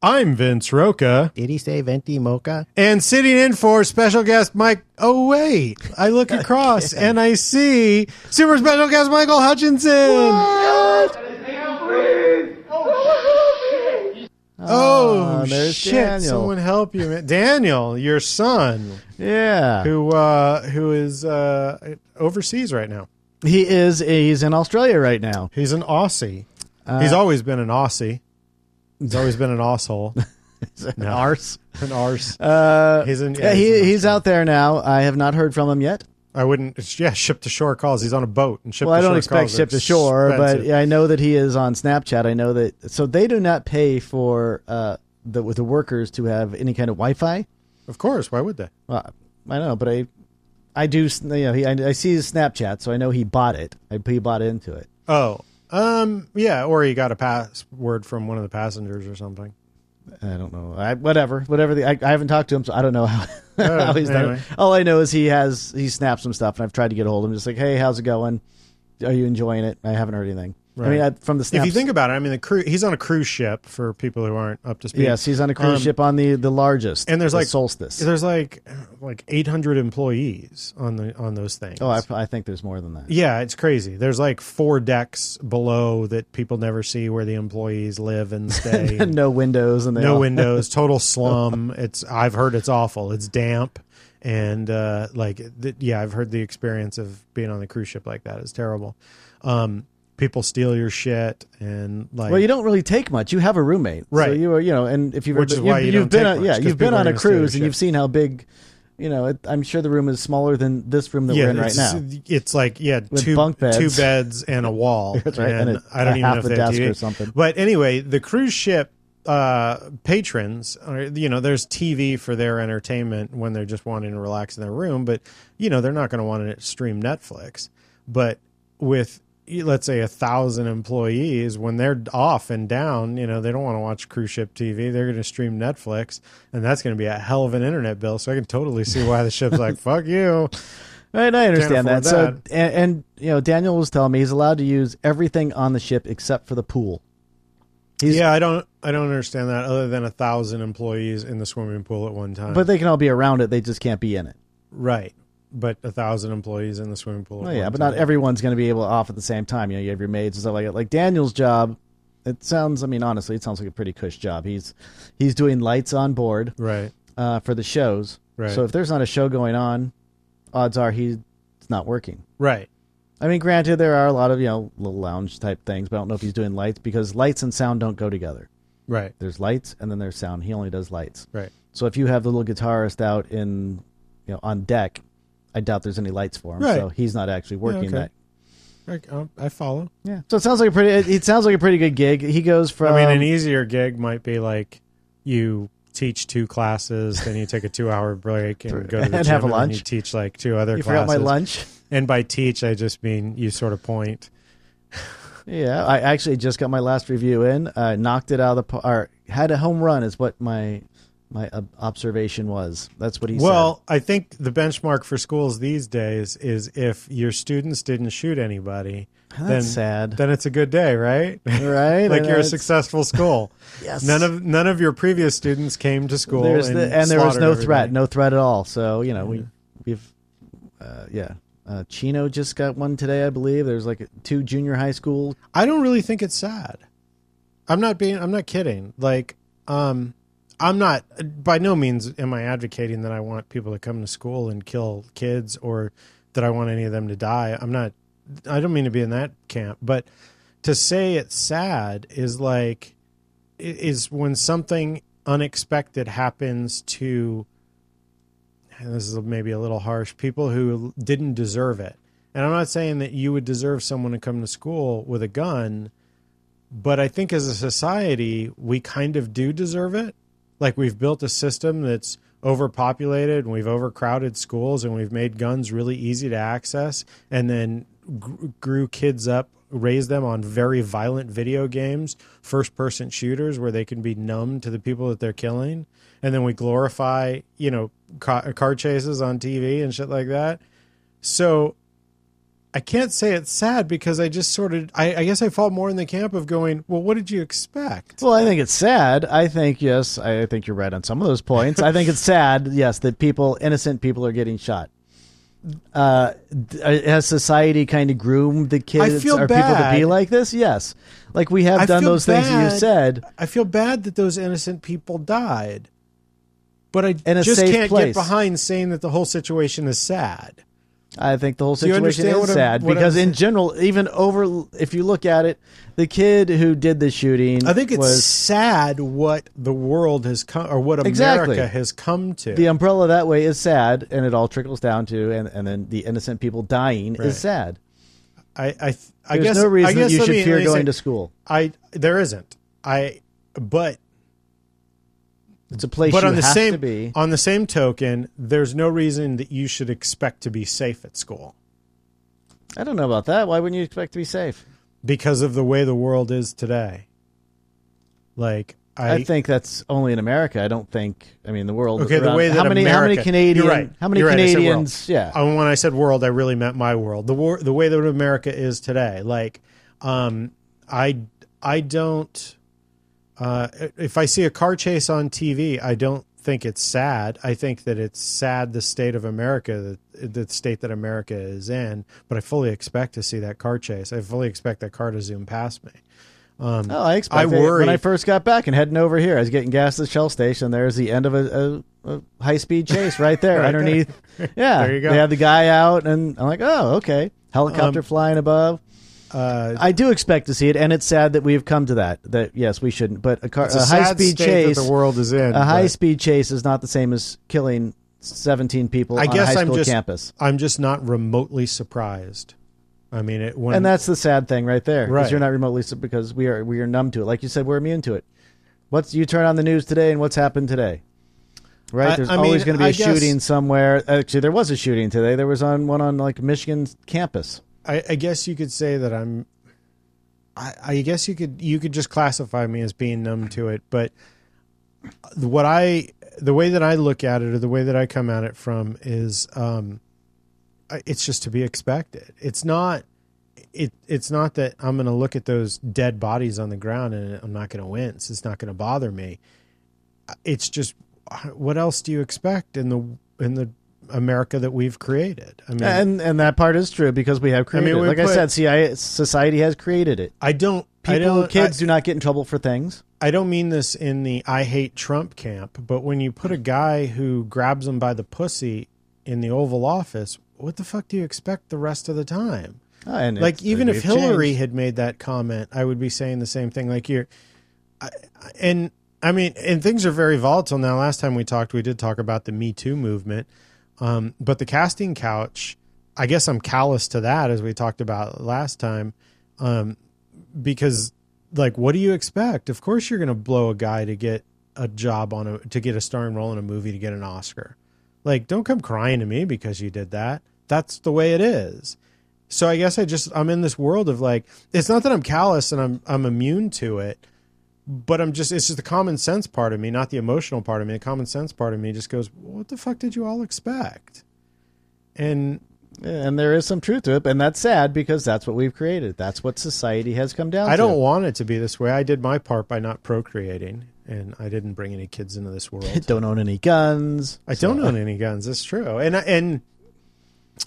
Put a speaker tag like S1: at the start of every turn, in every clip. S1: I'm Vince Roca,
S2: Did he say venti mocha?
S1: and sitting in for special guest Mike. Oh wait, I look across and I see super special guest Michael Hutchinson. Oh,
S2: Ah, there's
S1: shit!
S2: Daniel.
S1: Oh, Someone help you, man. Daniel, your son,
S2: Yeah.
S1: who uh, who is uh, overseas right now.
S2: He is he's in Australia right now.
S1: He's an Aussie. He's
S2: Uh,
S1: always been an Aussie. He's always been an asshole,
S2: He's an arse.
S1: an arse.
S2: Uh,
S1: He's in- yeah,
S2: yeah,
S1: he's
S2: he,
S1: in
S2: he's out there now. I have not heard from him yet.
S1: I wouldn't. it's- Yeah, ship to shore calls. He's on a boat and ship.
S2: Well,
S1: to
S2: I don't
S1: shore
S2: expect
S1: calls are
S2: ship to shore,
S1: expensive.
S2: but I know that he is on Snapchat. I know that so they do not pay for uh, the with the workers to have any kind of Wi-Fi.
S1: of course, why would they?
S2: Well, I don't know, but I I do s- you know he, I, I see his Snapchat, so I know he bought it. I, he bought into it.
S1: Oh, um, yeah, or he got a password from one of the passengers or something.
S2: I don't know. I, whatever, whatever. The, I, I haven't talked to him, so I don't know how, how he's
S1: Oh, anyway.
S2: done. it. All I know is he has he snapped some stuff, and I've tried to get a hold of him. Just like, hey, how's it going? Are you enjoying it? I haven't heard anything. I mean, I, from the snaps,
S1: If you think about it, I mean, the crew. He's on a cruise ship for people who aren't up to speed.
S2: yes, he's on a cruise
S1: Um,
S2: ship on the the largest,
S1: and there's
S2: the
S1: like
S2: solstice.
S1: There's like like 800 employees on the on those things.
S2: Oh, I, I think there's more than that.
S1: yeah, it's crazy. There's like four decks below that people never see where the employees live and stay. and
S2: no windows and they
S1: no
S2: all-
S1: windows, total slum. It's I've heard it's awful. It's damp and uh, like th- yeah, I've heard the experience of being on the cruise ship like that is terrible. Um, people steal your shit and like
S2: Well, you don't really take much. You have a roommate, So
S1: Right.
S2: you are, you know, and if you've
S1: Which is
S2: you've,
S1: why you
S2: you've
S1: don't
S2: been
S1: take
S2: on,
S1: much,
S2: yeah,
S1: 'cause
S2: you've been
S1: people are
S2: on a
S1: gonna steal your
S2: cruise and
S1: shit.
S2: you've seen how big, you know, it, I'm sure the room is smaller than this room that
S1: yeah,
S2: we're in right
S1: it's,
S2: now.
S1: it's like yeah, two
S2: bunk beds.
S1: two beds and a wall.
S2: That's right, and
S1: And,
S2: a-
S1: I don't
S2: a
S1: even
S2: half
S1: know if
S2: a
S1: they have
S2: desk
S1: TV.
S2: or something.
S1: But anyway, the cruise ship uh patrons are you know there's tv for their entertainment when they're just wanting to relax in their room but you know they're not going to want to stream netflix but with let's say a thousand employees when they're off and down you know they don't want to watch cruise ship tv they're going to stream netflix and that's going to be a hell of an internet bill so i can totally see why the ship's like fuck you
S2: Right, I understand
S1: afford
S2: that. So,
S1: that.
S2: and, and you know, Daniel was telling me he's allowed to use everything on the ship except for the pool. He's-
S1: yeah, I don't, I don't understand that. Other than a thousand employees in the swimming pool at one time,
S2: But they can all be around it; they just can't be in it.
S1: right? But a thousand employees in the swimming pool. At
S2: Well, yeah,
S1: one
S2: but not
S1: time.
S2: everyone's going to be able to off at the same time. You know, you have your maids and stuff like that. Like Daniel's job, it sounds. I mean, honestly, it sounds like a pretty cush job. He's he's doing lights on board
S1: Right.
S2: uh, for the shows.
S1: Right.
S2: So if there's not a show going on, odds are he's not working.
S1: Right.
S2: I mean, granted, there are a lot of you know little lounge type things, but I don't know if he's doing lights because lights and sound don't go together.
S1: Right.
S2: There's lights and then there's sound. He only does lights.
S1: Right.
S2: So if you have the little guitarist out in, you know, on deck, I doubt there's any lights for him.
S1: Right.
S2: So he's not actually working
S1: okay.
S2: that.
S1: I, um, I follow.
S2: Yeah. So it sounds like a pretty. It, it sounds like a pretty good gig. He goes from.
S1: I mean, an easier gig might be like you teach two classes, then you take a two-hour break and go to the
S2: And
S1: gym,
S2: have a
S1: and then You
S2: lunch.
S1: teach like two other
S2: you forgot
S1: classes.
S2: my lunch.
S1: And by teach, I just mean you sort of point.
S2: Yeah, I actually just got my last review in. I knocked it out of the par- or Had a home run is what my my ob- observation was. That's what he
S1: Well, I think the benchmark for schools these days is if your students didn't shoot anybody,
S2: said.
S1: then
S2: That's sad,
S1: then it's a good day, right?
S2: right?
S1: like
S2: And
S1: you're a
S2: that's-
S1: successful school.
S2: Yes.
S1: None of none of your previous students came to school,
S2: There's
S1: and,
S2: the- and there was
S1: slaughtered
S2: no threat,
S1: everybody.
S2: no threat at all. So you know we we've uh, yeah. Uh, Chino just got one today, I believe. There's like two junior high school.
S1: I don't really think it's sad. I'm not being. I'm not kidding. Like, um, I'm not. By no means am I advocating that I want people to come to school and kill kids or that I want any of them to die. I'm not. I don't mean to be in that camp, but to say it's sad is like i- is when something unexpected happens to and this is maybe a little harsh people who didn't deserve it and i'm not saying that you would deserve someone to come to school with a gun but i think as a society we kind of do deserve it like we've built a system that's overpopulated and we've overcrowded schools and we've made guns really easy to access and then gr- grew kids up raised them on very violent video games first person shooters where they can be numb to the people that they're killing and then we glorify you know ca- car chases on tv and shit like that so I can't say it's sad because I just sort of, I, I guess I fall more in the camp of going, well, what did you expect?
S2: Well, I think it's sad. I think yes, I think you're right on some of those points. I think it's sad, yes, that people, innocent people, are getting shot. Uh, d- has society kind of groomed the kids
S1: feel
S2: or people to
S1: bad.
S2: be like this? Yes, like we have
S1: I
S2: done
S1: feel
S2: those things that
S1: bad.
S2: you said.
S1: I feel bad that those innocent people died, but I
S2: In a
S1: just
S2: safe
S1: can't get
S2: place.
S1: behind saying that the whole situation is sad.
S2: I think the whole
S1: you
S2: situation
S1: understand
S2: is
S1: what I'm-
S2: sad
S1: what I'm
S2: because, in
S1: saying?
S2: general, even over, if you look at it, the kid who did the shooting,
S1: I think it's
S2: was,
S1: sad what the world has come or what America
S2: Exactly.
S1: has come to.
S2: the umbrella that way is sad, and it all trickles down to, and, and then the innocent people dying
S1: Right.
S2: is sad.
S1: I, I, th- I
S2: There's
S1: guess
S2: no reason
S1: I
S2: that
S1: guess,
S2: you
S1: let
S2: should
S1: me-
S2: fear
S1: let me
S2: going
S1: say-
S2: to school.
S1: I there isn't. I but
S2: It's a place
S1: but
S2: you
S1: on the
S2: have
S1: same
S2: to be.
S1: on the same token, there's no reason that you should expect to be safe at school
S2: I don't know about that. Why wouldn't you expect to be safe?
S1: because of the way the world is today. Like I,
S2: I, think that's only in America. I don't think. I mean, the world.
S1: okay, the
S2: around-
S1: way that
S2: how many
S1: America,
S2: how many Canadian
S1: you're right,
S2: how many
S1: You're right, I said world.
S2: Canadians? yeah,
S1: And when I said world, I really meant my world. The wor- the way that America is today. Like, um, I I don't. Uh, if I see a car chase on TV, I don't think it's sad. I think that it's sad the state of America, the, the state that America is in. But I fully expect to see that car chase. I fully expect that car to zoom past me.
S2: Oh, I expect
S1: I
S2: that. when
S1: worry-
S2: I first got back and heading over here. I was getting gas at the Shell station. There's the end of a, a, a high speed chase right there
S1: Right
S2: underneath. Yeah,
S1: There you go. Um,
S2: They have the guy out, and I'm like, oh, okay. Helicopter flying above.
S1: Uh,
S2: I do expect to see it, and it's sad that we've come to that. That yes, we shouldn't. But a, car,
S1: it's a, sad
S2: high speed
S1: state
S2: chase,
S1: that the world is in.
S2: a high
S1: but-
S2: speed chase is not the same as killing 17 people
S1: I
S2: on
S1: guess
S2: a high
S1: I'm
S2: school
S1: just-
S2: campus.
S1: I'm just not remotely surprised. I mean, it when
S2: And that's the sad thing right there. Because
S1: Right.
S2: you're not remotely su- because we are we are numb to it. Like you said, we're immune to it. What's you turn on the news today and what's happened today? Right?
S1: I-
S2: There's
S1: I mean,
S2: always going to be a
S1: I guess-
S2: shooting somewhere. Actually, there was a shooting today. There was on one on like Michigan's campus.
S1: I, I guess you could say that I'm. I, I guess you could you could just classify me as being numb to it, but what I the way that I look at it or the way that I come at it from is um, I- it's just to be expected. It's not it it's not that I'm going to look at those dead bodies on the ground and I'm not going to wince. It's not going to bother me. It's just what else do you expect in the in the America that we've created? I mean,
S2: And and that part is true because we have created
S1: we
S2: it. Like I
S1: put-
S2: said, CIA, society has created it.
S1: I don't. I
S2: People,
S1: don't,
S2: kids do not get in trouble for things.
S1: I don't mean this in the I hate Trump camp, but when you put a guy who grabs him by the pussy in the Oval Office, what the fuck do you expect the rest of the time?
S2: Oh, and
S1: Like
S2: it's-
S1: even if
S2: we've
S1: Hillary
S2: changed.
S1: had made that comment, I would be saying the same thing. Like you're, I, I- and I mean, and things are very volatile now. Last time we talked, we did talk about the Me Too movement, um, but the casting couch. I guess I'm callous to that, as we talked about last time, um, because like, what do you expect? Of course, you're going to blow a guy to get a job on a to get a starring role in a movie to get an Oscar. Like, don't come crying to me because you did that. That's the way it is so I guess I just I'm in this world of like it's not that I'm callous and I'm I'm immune to it, but I'm just it's just the common sense part of me, not the emotional part of me. The common sense part of me just goes, what the fuck did you all expect? And
S2: and there is some truth to it, and that's sad because that's what we've created. That's what society has come down
S1: I
S2: to.
S1: don't want it to be this way. I did my part by not procreating, and I didn't bring any kids into this world.
S2: don't own any guns.
S1: I don't own any guns. That's true, and I- and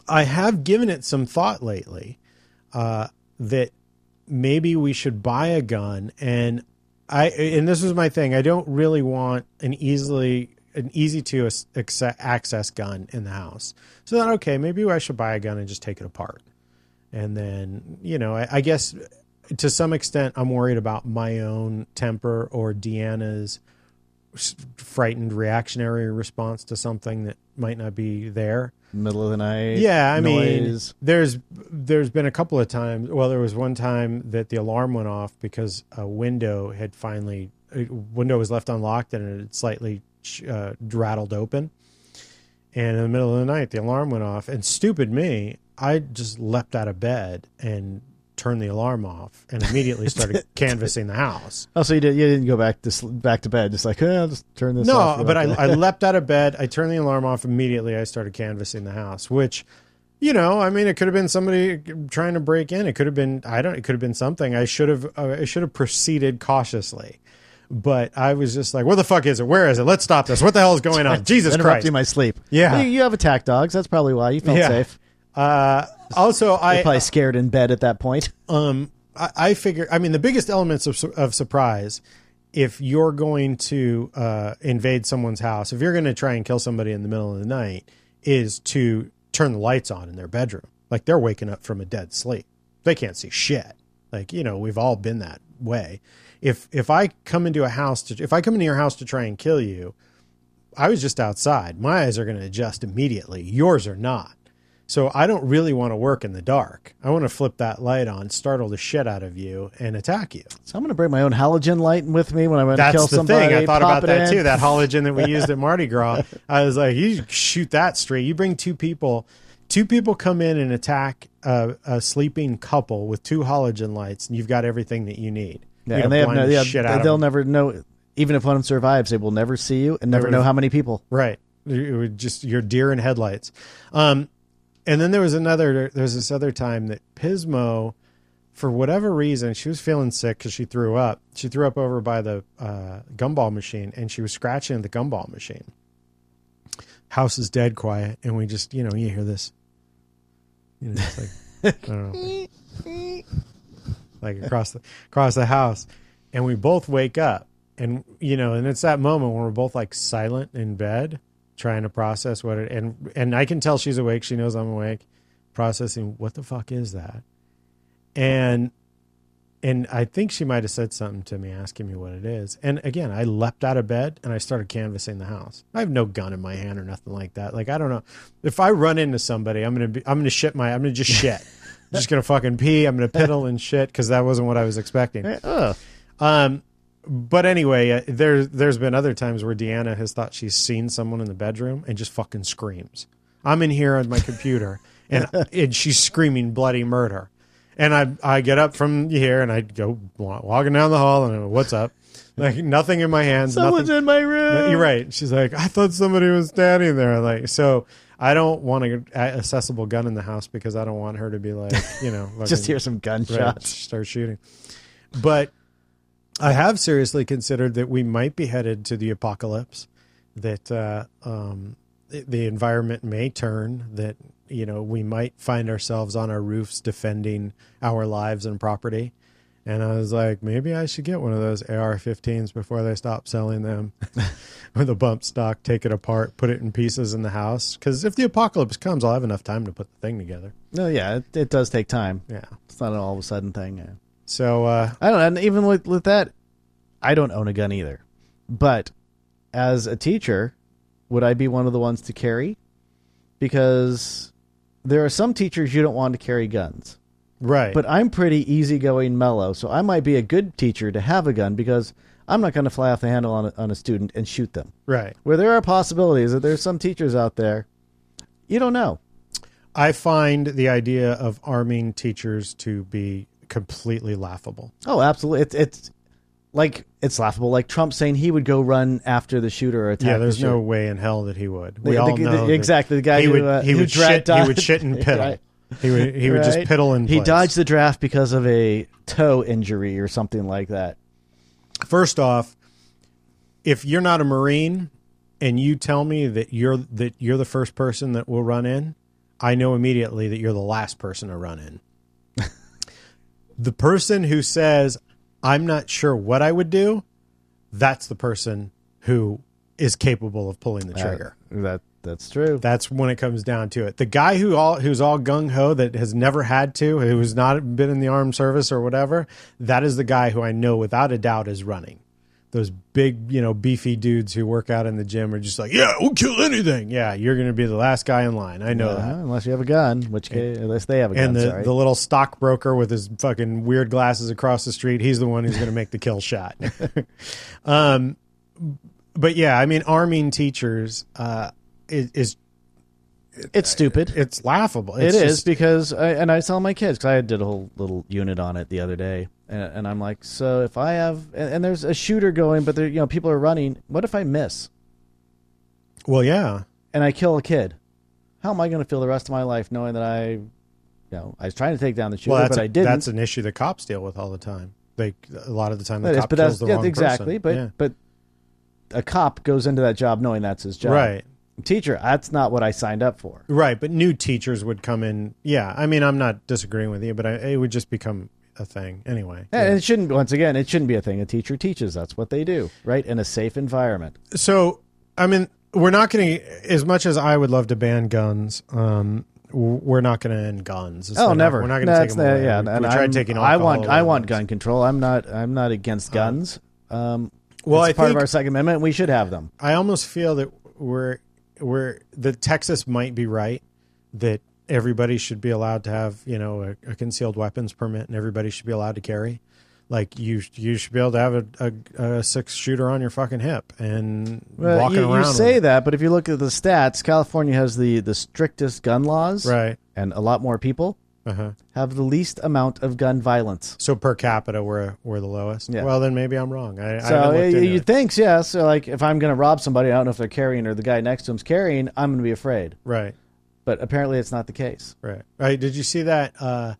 S1: I have given it some thought lately uh, that maybe we should buy a gun. And I and this was my thing. I don't really want an easily an easy to ac- acce- access gun in the house. So then, okay, maybe I should buy a gun and just take it apart. And then you know, I, I guess to some extent, I'm worried about my own temper or Deanna's s- frightened reactionary response to something that might not be there.
S2: Middle of the night.
S1: Yeah, I mean,
S2: noise.
S1: there's there's been a couple of times. Well, there was one time that the alarm went off because a window had finally a window was left unlocked and it had slightly uh, rattled open. And in the middle of the night, the alarm went off, and stupid me, I just leapt out of bed and turned the alarm off and immediately started canvassing the house.
S2: Oh, so you, did, you didn't go back to sl- back to bed, just like, eh, I'll just turn this off.
S1: No,
S2: for
S1: but I,
S2: that."
S1: I leapt out of bed. I turned the alarm off immediately. I started canvassing the house, which you know, I mean, it could have been somebody trying to break in. It could have been I don't. It could have been something. I should have. Uh, I should have proceeded cautiously. But I was just like, "What the fuck is it? Where is it? Let's stop this! What the hell is going on? Jesus Christ!"
S2: Interrupting my sleep.
S1: Yeah.
S2: You, you have attack dogs. That's probably why you felt
S1: Yeah.
S2: safe.
S1: Uh, also,
S2: You're
S1: I
S2: probably scared in bed at that point.
S1: um I, I figure I mean the biggest elements of su- of surprise if you're going to uh, invade someone's house if you're going to try and kill somebody in the middle of the night is to turn the lights on in their bedroom like they're waking up from a dead sleep they can't see shit like you know we've all been that way if if I come into a house to if I come into your house to try and kill you I was just outside my eyes are going to adjust immediately yours are not so I don't really want to work in the dark. I want to flip that light on, startle the shit out of you, and attack you.
S2: So I'm going to bring my own halogen light with me when I want to
S1: That's
S2: kill
S1: the
S2: somebody.
S1: thing. I thought
S2: pop
S1: about
S2: it
S1: that
S2: in.
S1: too. That halogen that we used at Mardi Gras. I was like, you shoot that straight. You bring two people. Two people come in and attack a, a sleeping couple with two halogen lights, and you've got everything that you need.
S2: Yeah,
S1: you
S2: and they have
S1: blind
S2: no,
S1: the
S2: yeah,
S1: shit out of
S2: they'll
S1: them.
S2: never know. Even if one of them survives, they will never see you and never
S1: Never-
S2: know how many people.
S1: Right. It would just your deer in headlights. Um, and then there was another. There's this other time that Pismo, for whatever reason, she was feeling sick because she threw up. She threw up over by the uh, gumball machine, and she was scratching the gumball machine. House is dead quiet, and we just you know you hear this. You know, it's like I don't know, like across the across the house, and we both wake up and you know and it's that moment when we're both like silent in bed trying to process what it and and i can tell she's awake she knows i'm awake processing what the fuck is that and and i think she might have said something to me asking me what it is and again i leapt out of bed and i started canvassing the house i have no gun in my hand or nothing like that like i don't know if i run into somebody i'm gonna be i'm gonna shit my i'm gonna just shit I'm just gonna fucking pee i'm gonna piddle and shit because that wasn't what i was expecting
S2: Ugh.
S1: um, but anyway, uh, there there's been other times where Deanna has thought she's seen someone in the bedroom and just fucking screams. I'm in here on my computer and and she's screaming bloody murder. And I I get up from here and I go wa- walking down the hall and I'm like, what's up? Like nothing in my hands.
S2: Someone's
S1: nothing.
S2: in my room.
S1: You're right. She's like, I thought somebody was standing there. Like so. I don't want a a accessible gun in the house because I don't want her to be like, you know, fucking-
S2: Just hear some
S1: Right,
S2: gunshots.
S1: start shooting. But I have seriously considered that we might be headed to the apocalypse. That uh, um, the- the environment may turn. That you know we might find ourselves on our roofs defending our lives and property. And I was like, maybe I should get one of those AR-15s before they stop selling them with a bump stock. Take it apart, put it in pieces in the house. Because if the apocalypse comes, I'll have enough time to put the thing together.
S2: No, yeah, it, it does take time.
S1: Yeah.
S2: It's not an all of a sudden thing. yeah.
S1: So uh,
S2: I don't know. And even with, with that, I don't own a gun either. But as a teacher, would I be one of the ones to carry? Because there are some teachers you don't want to carry guns.
S1: right.
S2: But I'm pretty easygoing, mellow, so I might be a good teacher to have a gun because I'm not going to fly off the handle on a, on a student and shoot them.
S1: Right.
S2: Where there are possibilities that there's some teachers out there, you don't know.
S1: I find the idea of arming teachers to be completely laughable.
S2: Oh, absolutely. It's it's like it's laughable. Like Trump saying he would go run after the shooter or attack.
S1: Yeah,
S2: the
S1: there's
S2: shooter.
S1: no way in hell that he would. We
S2: The-
S1: all
S2: the-
S1: know
S2: the-
S1: that
S2: exactly the guy
S1: he
S2: who,
S1: would
S2: uh,
S1: he
S2: who
S1: would shit,
S2: dragged
S1: he
S2: on-
S1: would shit and piddle.
S2: Right.
S1: He would he would just
S2: Right?
S1: piddle and
S2: He dodged the draft because of a toe injury or something like that.
S1: First off, if you're not a marine and you tell me that you're that you're the first person that will run in, I know immediately that you're the last person to run in. the person who says I'm not sure what I would do, that's the person who is capable of pulling the trigger.
S2: Uh, That that's true.
S1: That's when it comes down to it. The guy who all who's all gung ho that has never had to, who's not been in the armed service or whatever, that is the guy who I know without a doubt is running. Those big, you know, beefy dudes who work out in the gym are just like, yeah, we'll kill anything. Yeah, you're going to be the last guy in line. I know
S2: Uh-huh,
S1: that.
S2: unless you have a gun, which case, unless they have a
S1: And
S2: gun.
S1: the,
S2: sorry.
S1: the little stockbroker with his fucking weird glasses across the street, he's the one who's going to make the kill shot. um, but yeah, I mean, arming teachers uh, is, is
S2: it's stupid.
S1: it's laughable.
S2: It
S1: It's
S2: is
S1: just-
S2: because I, and I tell my kids because I did a whole little unit on it the other day, and, and I'm like, so if I have and, and there's a shooter going, but there you know people are running. What if I miss
S1: well, yeah.
S2: and I kill a kid? how am I going to feel the rest of my life knowing that I, you know, I was trying to take down the shooter,
S1: well, that's
S2: but
S1: a-
S2: I I didn't.
S1: That's an issue that cops deal with all the time. They a lot of the time the
S2: That is,
S1: cop
S2: but
S1: kills
S2: that's
S1: the
S2: yeah,
S1: wrong
S2: exactly.
S1: person.
S2: But
S1: Yeah.
S2: but a cop goes into that job knowing that's his job.
S1: right,
S2: Teacher, that's not what I signed up for.
S1: right. But new teachers would come in. Yeah, I mean, I'm not disagreeing with you, but I, it would just become a thing anyway.
S2: And it shouldn't. Once again, it shouldn't be a thing. A teacher teaches. That's what they do, right? In a safe environment.
S1: so I mean, we're not going to. As much as I would love to ban guns, um, w- we're not going to end guns. It's
S2: Oh,
S1: not-
S2: never.
S1: We're not going to
S2: No,
S1: take
S2: it's
S1: them
S2: not-
S1: away.
S2: Yeah,
S1: we,
S2: and
S1: we tried
S2: I'm-
S1: taking.
S2: I want.
S1: alcohol
S2: I
S1: away
S2: want
S1: once.
S2: gun control. I'm not. I'm not against guns. Um,
S1: Well,
S2: it's
S1: I
S2: part
S1: think-
S2: of our Second Amendment. We should have them.
S1: I almost feel that we're we're that Texas might be right that everybody should be allowed to have you know a, a concealed weapons permit and everybody should be allowed to carry. Like you, you should be able to have a, a, a six shooter on your fucking hip and walking
S2: you, you
S1: around. with
S2: say
S1: it.
S2: that, but if you look at the stats, California has the the strictest gun laws,
S1: right?
S2: and a lot more people
S1: Uh huh.
S2: have the least amount of gun violence.
S1: So per capita, we're we're the lowest.
S2: Yeah.
S1: Well, then maybe I'm wrong. I, I
S2: So
S1: haven't
S2: uh,
S1: looked into
S2: you
S1: it.
S2: think, yeah. So like, if I'm going to rob somebody, I don't know if they're carrying or the guy next to him's carrying. I'm going to be afraid.
S1: right?
S2: But apparently, it's not the case.
S1: Right. Right. Did you see that? Uh,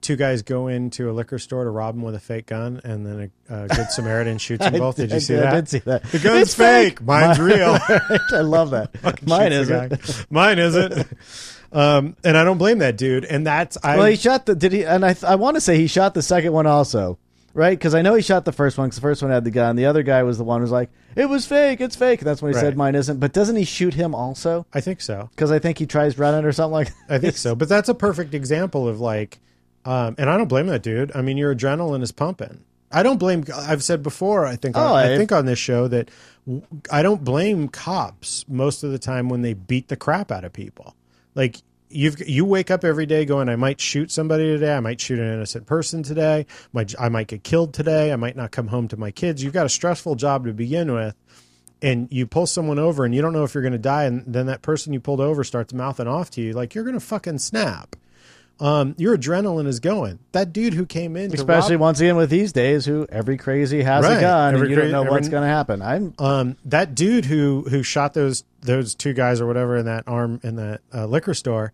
S1: two guys go into a liquor store to rob him with a fake gun, and then a, a good Samaritan shoots them both. Did you see
S2: I,
S1: that?
S2: I did see that.
S1: The gun's
S2: It's
S1: fake. Mine's real.
S2: I love that. Mine
S1: Shoots the
S2: isn't.
S1: guy. Mine isn't. um, and I don't blame that dude. And that's I.
S2: Well, he shot the did he? And I th- I want to say he shot the second one also, right? Because I know he shot the first one because the first one had the gun. The other guy was the one who's like, "It was fake. It's fake." And that's when he
S1: Right.
S2: said, "Mine isn't." But doesn't he shoot him also?
S1: I think so.
S2: Because I think he tries running or something like.
S1: I think so. But that's a perfect example of like, um, and I don't blame that dude. I mean, your adrenaline is pumping. I don't blame. I've said before. I think.
S2: Oh,
S1: I,
S2: I-
S1: think on this show that w- I don't blame cops most of the time when they beat the crap out of people. Like you've you wake up every day going, I might shoot somebody today. I might shoot an innocent person today. Might I might get killed today. I might not come home to my kids. You've got a stressful job to begin with and you pull someone over and you don't know if you're going to die and then that person you pulled over starts mouthing off to you like you're going to fucking snap um, your adrenaline is going that dude who came in to
S2: Especially
S1: rob-
S2: once again with these days, who every crazy has
S1: Right.
S2: a gun,
S1: Every
S2: and you don't
S1: cra-
S2: know what's
S1: every-
S2: going to happen. I'm
S1: um, that dude who who shot those those two guys or whatever in that arm in that uh, liquor store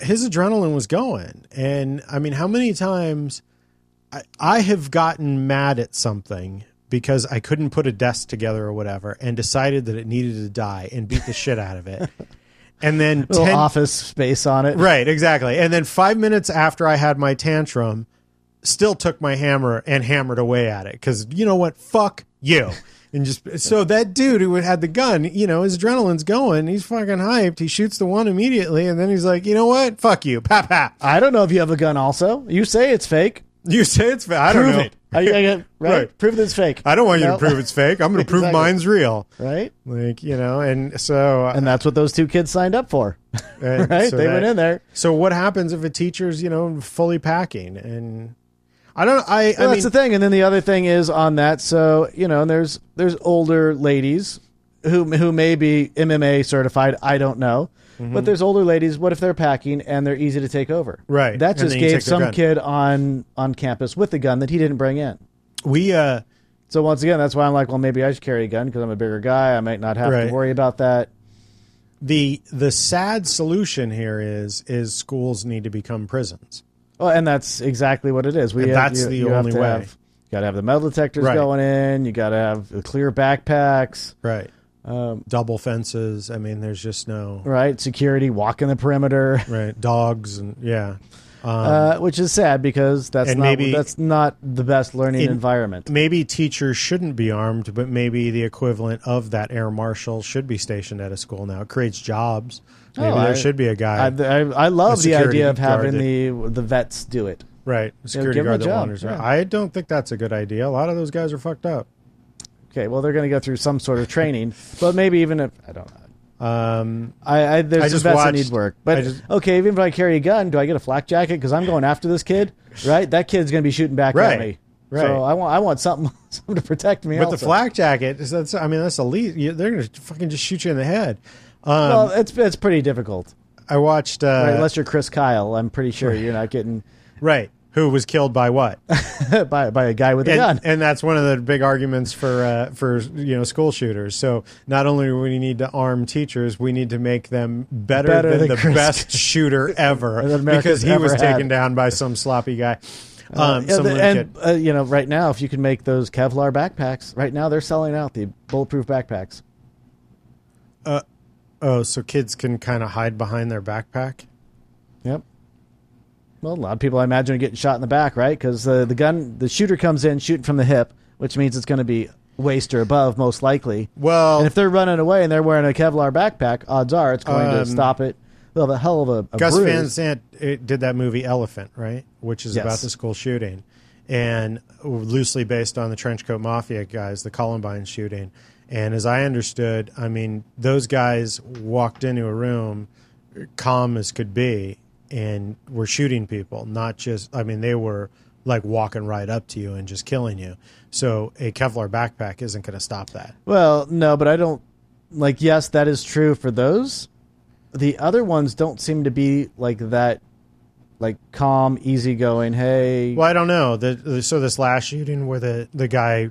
S1: his adrenaline was going and i mean how many times I, I have gotten mad at something because I couldn't put a desk together or whatever and decided that it needed to die and beat the shit out of it. And then
S2: little
S1: 10
S2: office space on it.
S1: Right, exactly. And then five minutes after I had my tantrum, still took my hammer and hammered away at it because you know what? Fuck you. And just so that dude who had the gun, you know, his adrenaline's going. He's fucking hyped. He shoots the one immediately, and then he's like, you know what? Fuck you. Pap pap.
S2: I don't know if you have a gun. Also, you say it's fake.
S1: You say it's fake. I don't
S2: Prove
S1: know.
S2: it. I, I- I- right?
S1: Right.
S2: Prove that it's fake.
S1: I don't want you
S2: No.
S1: to prove it's fake. I'm going to prove
S2: Exactly.
S1: mine's real.
S2: right.
S1: Like you know, and so uh,
S2: And that's what those two kids signed up for.
S1: and
S2: right?
S1: so
S2: they
S1: that-
S2: went in there.
S1: So what happens if a teacher's you know fully packing and I don't I
S2: Well,
S1: I mean
S2: that's the thing. And then the other thing is on that. So you know, and there's there's older ladies who who may be MMA certified. I don't know,
S1: Mm-hmm.
S2: but there's older ladies. What if they're packing and they're easy to take over?
S1: Right.
S2: That
S1: And
S2: just
S1: then you
S2: gave
S1: take their
S2: some
S1: gun.
S2: kid on on campus with a gun that he didn't bring in.
S1: we uh
S2: So once again, that's why I'm like, well, maybe I should carry a gun because I'm a bigger guy. I might not have
S1: Right.
S2: to worry about that.
S1: the the sad solution here is is schools need to become prisons.
S2: Well, and that's exactly what it is. We
S1: And
S2: have-
S1: that's
S2: you-
S1: the
S2: you have
S1: only
S2: to
S1: way.
S2: Have, you got to have the metal detectors
S1: Right.
S2: going in. You got to have the clear backpacks,
S1: Right.
S2: um,
S1: Double fences. I mean, there's just no
S2: right? Security walking the perimeter,
S1: right dogs and yeah. Um,
S2: uh, which is sad because that's
S1: And
S2: not
S1: maybe-
S2: that's not the best learning
S1: In-
S2: environment.
S1: maybe teachers shouldn't be armed, but maybe the equivalent of that air marshal should be stationed at a school now. It creates jobs. Maybe
S2: Oh,
S1: there
S2: I-
S1: should be a guy,
S2: I, I, I love the
S1: security
S2: idea of
S1: guard
S2: having the the vets do it.
S1: right? a Security
S2: give 'em a
S1: guard that
S2: job,
S1: wanders around.
S2: yeah.
S1: I don't think that's a good idea. A lot of those guys are fucked up.
S2: Okay, well they're going to go through some sort of training, but maybe even if I don't know.
S1: Um,
S2: I, I there's
S1: I
S2: just
S1: just
S2: vets that
S1: watched-
S2: need work, but
S1: I just-
S2: okay, even if I carry a gun, do I get a flak jacket? Because I'm going after this kid, right? That kid's going to be shooting back at
S1: Right.
S2: me,
S1: Right.
S2: So I want I want something, something to protect me.
S1: But
S2: also.
S1: the flak jacket, is that's I mean, that's the least. you- They're gonna fucking just shoot you in the head. Um,
S2: well, it's it's pretty difficult,
S1: I watched. Uh,
S2: right?
S1: right,
S2: unless you're Chris Kyle. I'm pretty sure you're not getting.
S1: who was killed by what?
S2: by by a guy with a gun.
S1: and, and that's one of the big arguments for uh, for you know school shooters. So not only do we need to arm teachers, we need to make them better,
S2: Better
S1: than,
S2: than
S1: the
S2: Chris-
S1: best shooter ever
S2: That America's
S1: because he
S2: ever
S1: was taken
S2: had.
S1: down by some sloppy guy. Um,
S2: Yeah,
S1: some
S2: the-
S1: little kid.
S2: and uh, you know, right now, if you can make those Kevlar backpacks, right now they're selling out the bulletproof backpacks.
S1: Oh, so kids can kind of hide behind their backpack.
S2: Yep. Well, a lot of people, I imagine, are getting shot in the back, right? Because uh, the gun, the shooter comes in shooting from the hip, which means it's going to be waist or above, most likely.
S1: Well,
S2: And if they're running away and they're wearing a Kevlar backpack, odds are it's going
S1: Um,
S2: to stop it. They'll have a hell of a, a
S1: Gus
S2: bruise.
S1: Van Sant uh, did that movie Elephant, right? Which is
S2: Yes.
S1: about the school shooting and loosely based on the Trenchcoat Mafia guys, the Columbine shooting. And as I understood, I mean, those guys walked into a room calm as could be and were shooting people, not just, I mean, they were like walking right up to you and just killing you. So a Kevlar backpack isn't going to stop that.
S2: Well, no, but I don't like. Yes, that is true for those. The other ones don't seem to be like that, like calm, easygoing. Hey,
S1: Well, I don't know. The, the so this last shooting where the the guy,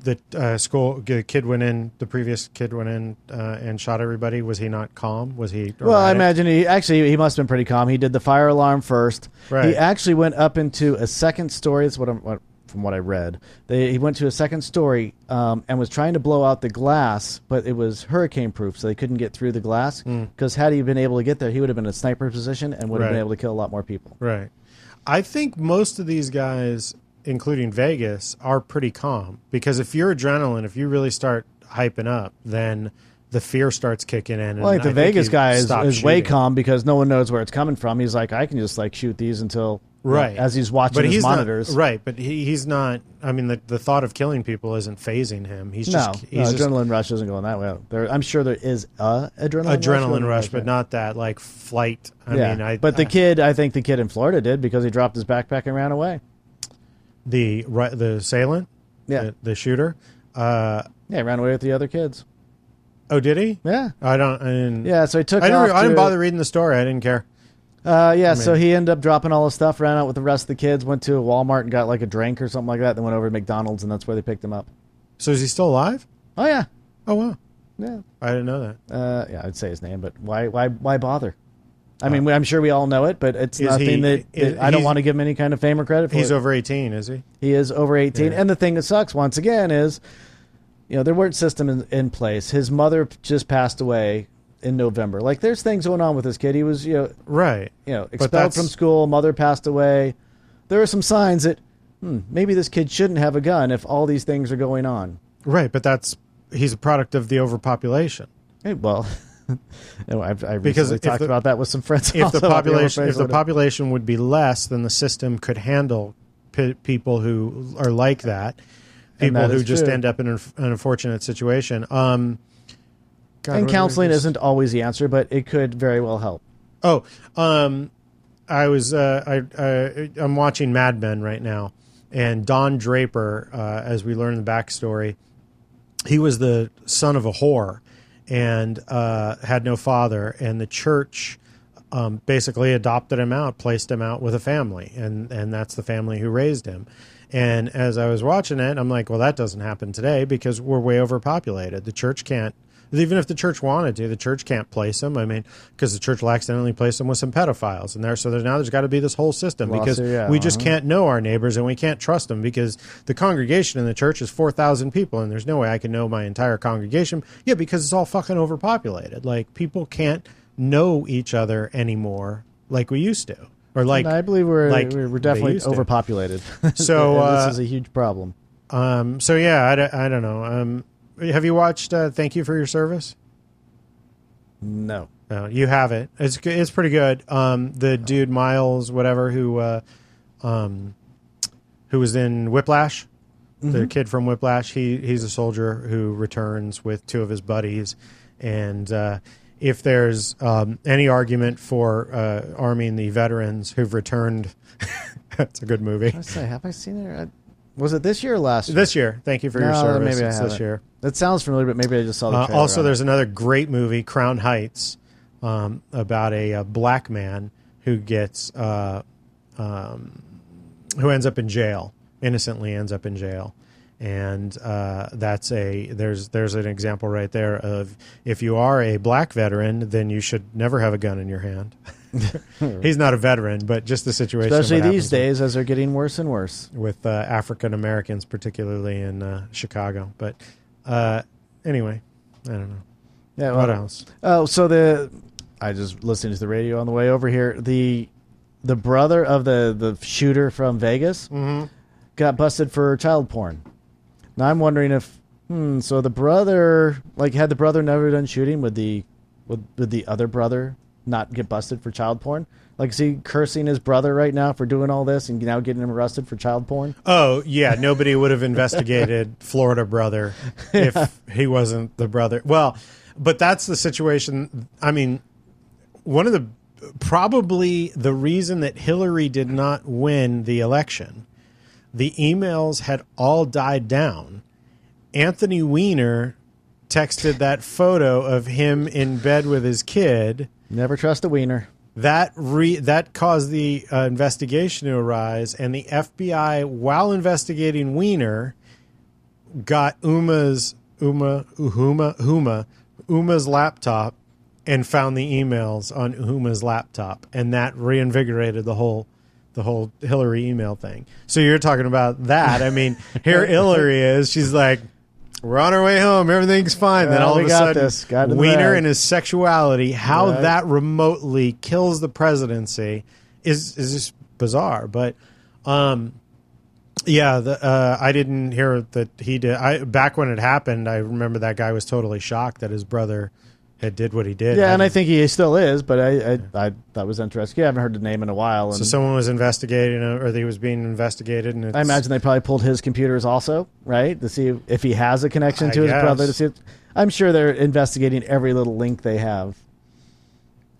S1: the uh, school the kid went in, the previous kid went in uh, and shot everybody. Was he not calm? Was he?
S2: Well, I
S1: erratic?
S2: imagine he actually he must have been pretty calm. He did the fire alarm first.
S1: Right.
S2: He actually went up into a second story. That's what I'm what, from what I read. They, he went to a second story um, and was trying to blow out the glass, but it was hurricane proof, so they couldn't get through the glass. Because had he been able to get there, he would have been in a sniper position and would
S1: Mm.
S2: have
S1: Right.
S2: been able to kill a lot more people.
S1: Right. I think most of these guys, including Vegas, are pretty calm because if your adrenaline, if you really start hyping up, then the fear starts kicking in. And
S2: Well, I think the Vegas
S1: you
S2: guy is,
S1: stop
S2: is way
S1: shooting.
S2: calm because no one knows where it's coming from. He's like, I can just like shoot these until you know,
S1: Right.
S2: as he's watching his
S1: not-
S2: monitors.
S1: right, but he, he's not. I mean, the, the thought of killing people isn't phasing him. He's
S2: No,
S1: just
S2: no,
S1: he's just
S2: adrenaline rush isn't going that way. There, I'm sure there is a adrenaline
S1: adrenaline
S2: rush,
S1: rush, but not that like flight. I
S2: yeah.
S1: mean, I
S2: but the
S1: I,
S2: kid, I think the kid in Florida did because he dropped his backpack and ran away.
S1: the right, the assailant,
S2: Yeah,
S1: the, the shooter. Uh,
S2: yeah, he ran away with the other kids.
S1: oh, did he?
S2: Yeah,
S1: I don't. I didn't,
S2: yeah. So he took.
S1: I didn't.
S2: off
S1: re- I didn't
S2: to-
S1: bother reading the story. I didn't care.
S2: Uh, yeah, so
S1: mean-
S2: he ended up dropping all his stuff, ran out with the rest of the kids, went to a Walmart and got like a drink or something like that. Then went over to McDonald's and that's where they picked him up.
S1: So is he still alive?
S2: Oh yeah,
S1: Oh wow,
S2: yeah.
S1: I didn't know that.
S2: uh, yeah, I'd say his name, but why, why, why bother? I mean, I'm sure we all know it, but it's
S1: Uh, Is
S2: nothing
S1: he-
S2: that,
S1: is-
S2: that I don't
S1: he's-
S2: want to give him any kind of fame or credit for.
S1: He's
S2: it.
S1: over eighteen, is he?
S2: he is over 18,
S1: Yeah.
S2: and the thing that sucks once again is, you know, there weren't system in, in place. His mother just passed away in November. Like, there's things going on with this kid. He was, you know,
S1: Right.
S2: you know, expelled
S1: that's-
S2: from school. Mother passed away. There are some signs that hmm, maybe this kid shouldn't have a gun if all these things are going on.
S1: Right, but that's he's a product of the overpopulation.
S2: Hey, well. No, I've, I
S1: Because
S2: recently
S1: if
S2: talked
S1: the-
S2: about that with some friends.
S1: if
S2: also
S1: the
S2: about
S1: population
S2: overpopulation
S1: if the
S2: of-
S1: population would be less, then the system could handle p- people who are like that, people
S2: that
S1: who
S2: is
S1: just
S2: true.
S1: end up in an, an unfortunate situation. Um, God,
S2: and
S1: what did I
S2: counseling
S1: just-
S2: isn't always the answer, but it could very well help.
S1: Oh, um, I was uh, I, I I'm watching Mad Men right now, and Don Draper, uh, as we learn the backstory, he was the son of a whore and uh, had no father, and the church um, basically adopted him out, placed him out with a family, and and that's the family who raised him. And as I was watching it, I'm like, well, that doesn't happen today because we're way overpopulated. The church can't. Even if the church wanted to, the church can't place him. I mean, because the church will accidentally place him with some pedophiles, and there, so there's now there's got to be this whole system because
S2: Lawsuit, yeah,
S1: we just
S2: uh-huh.
S1: can't know our neighbors and we can't trust them because the congregation in the church is 4,000 people and there's no way I can know my entire congregation. Yeah, because it's all fucking overpopulated. Like people can't know each other anymore like we used to. Or like
S2: And I believe we're
S1: like
S2: we're we're
S1: they
S2: definitely
S1: used to.
S2: overpopulated.
S1: So,
S2: And
S1: uh,
S2: this is a huge problem.
S1: um so yeah, I, don't- I don't know. Um have you watched uh, Thank You for Your Service?
S2: No,
S1: No, you have it. It's g- it's pretty good. Um, the dude Miles, whatever, who, uh, um, who was in Whiplash,
S2: Mm-hmm.
S1: the kid from Whiplash. He he's a soldier who returns with two of his buddies, and uh, if there's um, any argument for uh, arming the veterans who've returned, it's a good movie.
S2: I say, have I seen it? I, was it this year or last? year?
S1: This year, thank you for your
S2: No,
S1: service.
S2: maybe I
S1: It's this
S2: haven't.
S1: year.
S2: That sounds familiar, but maybe I just saw the
S1: Uh,
S2: trailer
S1: also,
S2: on
S1: there's another great movie, Crown Heights, um, about a, uh black man who gets uh, um, who ends up in jail, innocently ends up in jail. And uh, that's a there's there's an example right there of if you are a black veteran, then you should never have a gun in your hand. He's not a veteran, but just the situation. what
S2: Especially
S1: happens
S2: these
S1: with-
S2: days as they're getting worse and worse.
S1: with uh, African Americans, particularly in uh, Chicago. But uh, anyway, I don't know
S2: Yeah,
S1: what
S2: well,
S1: else.
S2: Oh, so the I just listened to the radio on the way over here. The the brother of the the shooter from Vegas got busted for child porn. Now I'm wondering if hmm, so the brother like had the brother never done shooting would the would, would the other brother not get busted for child porn? Like is he cursing his brother right now for doing all this and now getting him arrested for child porn?
S1: Oh yeah, nobody would have investigated Florida brother if he wasn't the brother. Well, but that's the situation. I mean, one of the probably the reason that Hillary did not win the election, the emails had all died down. Anthony Weiner texted that photo of him in bed with his kid
S2: Never trust a wiener.
S1: that re- that caused the uh, investigation to arise, and the FBI, while investigating Weiner, got Uma's Uma Uhuma Huma Uma's laptop and found the emails on Uma's laptop, and that reinvigorated the whole the whole Hillary email thing. So you're talking about that? I mean, here Hillary is. She's like. We're on our way home. Everything's fine. then
S2: Well,
S1: all
S2: we
S1: of a
S2: got
S1: sudden,
S2: this. Got it in the
S1: Wiener
S2: bag.
S1: and his sexuality, how
S2: Right.
S1: that remotely kills the presidency is is just bizarre. But um, yeah, the, uh, I didn't hear that he did. I back when it happened, I remember that guy was totally shocked that his brother had did what he did.
S2: Yeah, and I think he still is, but I I, I that was interesting. Yeah, I haven't heard the name in a while. And
S1: so someone was investigating, uh, or that he was being investigated, and it's,
S2: I imagine they probably pulled his computers also, right, to see if he has a connection
S1: I
S2: to his
S1: guess.
S2: brother. To see, if, I'm sure they're investigating every little link they have.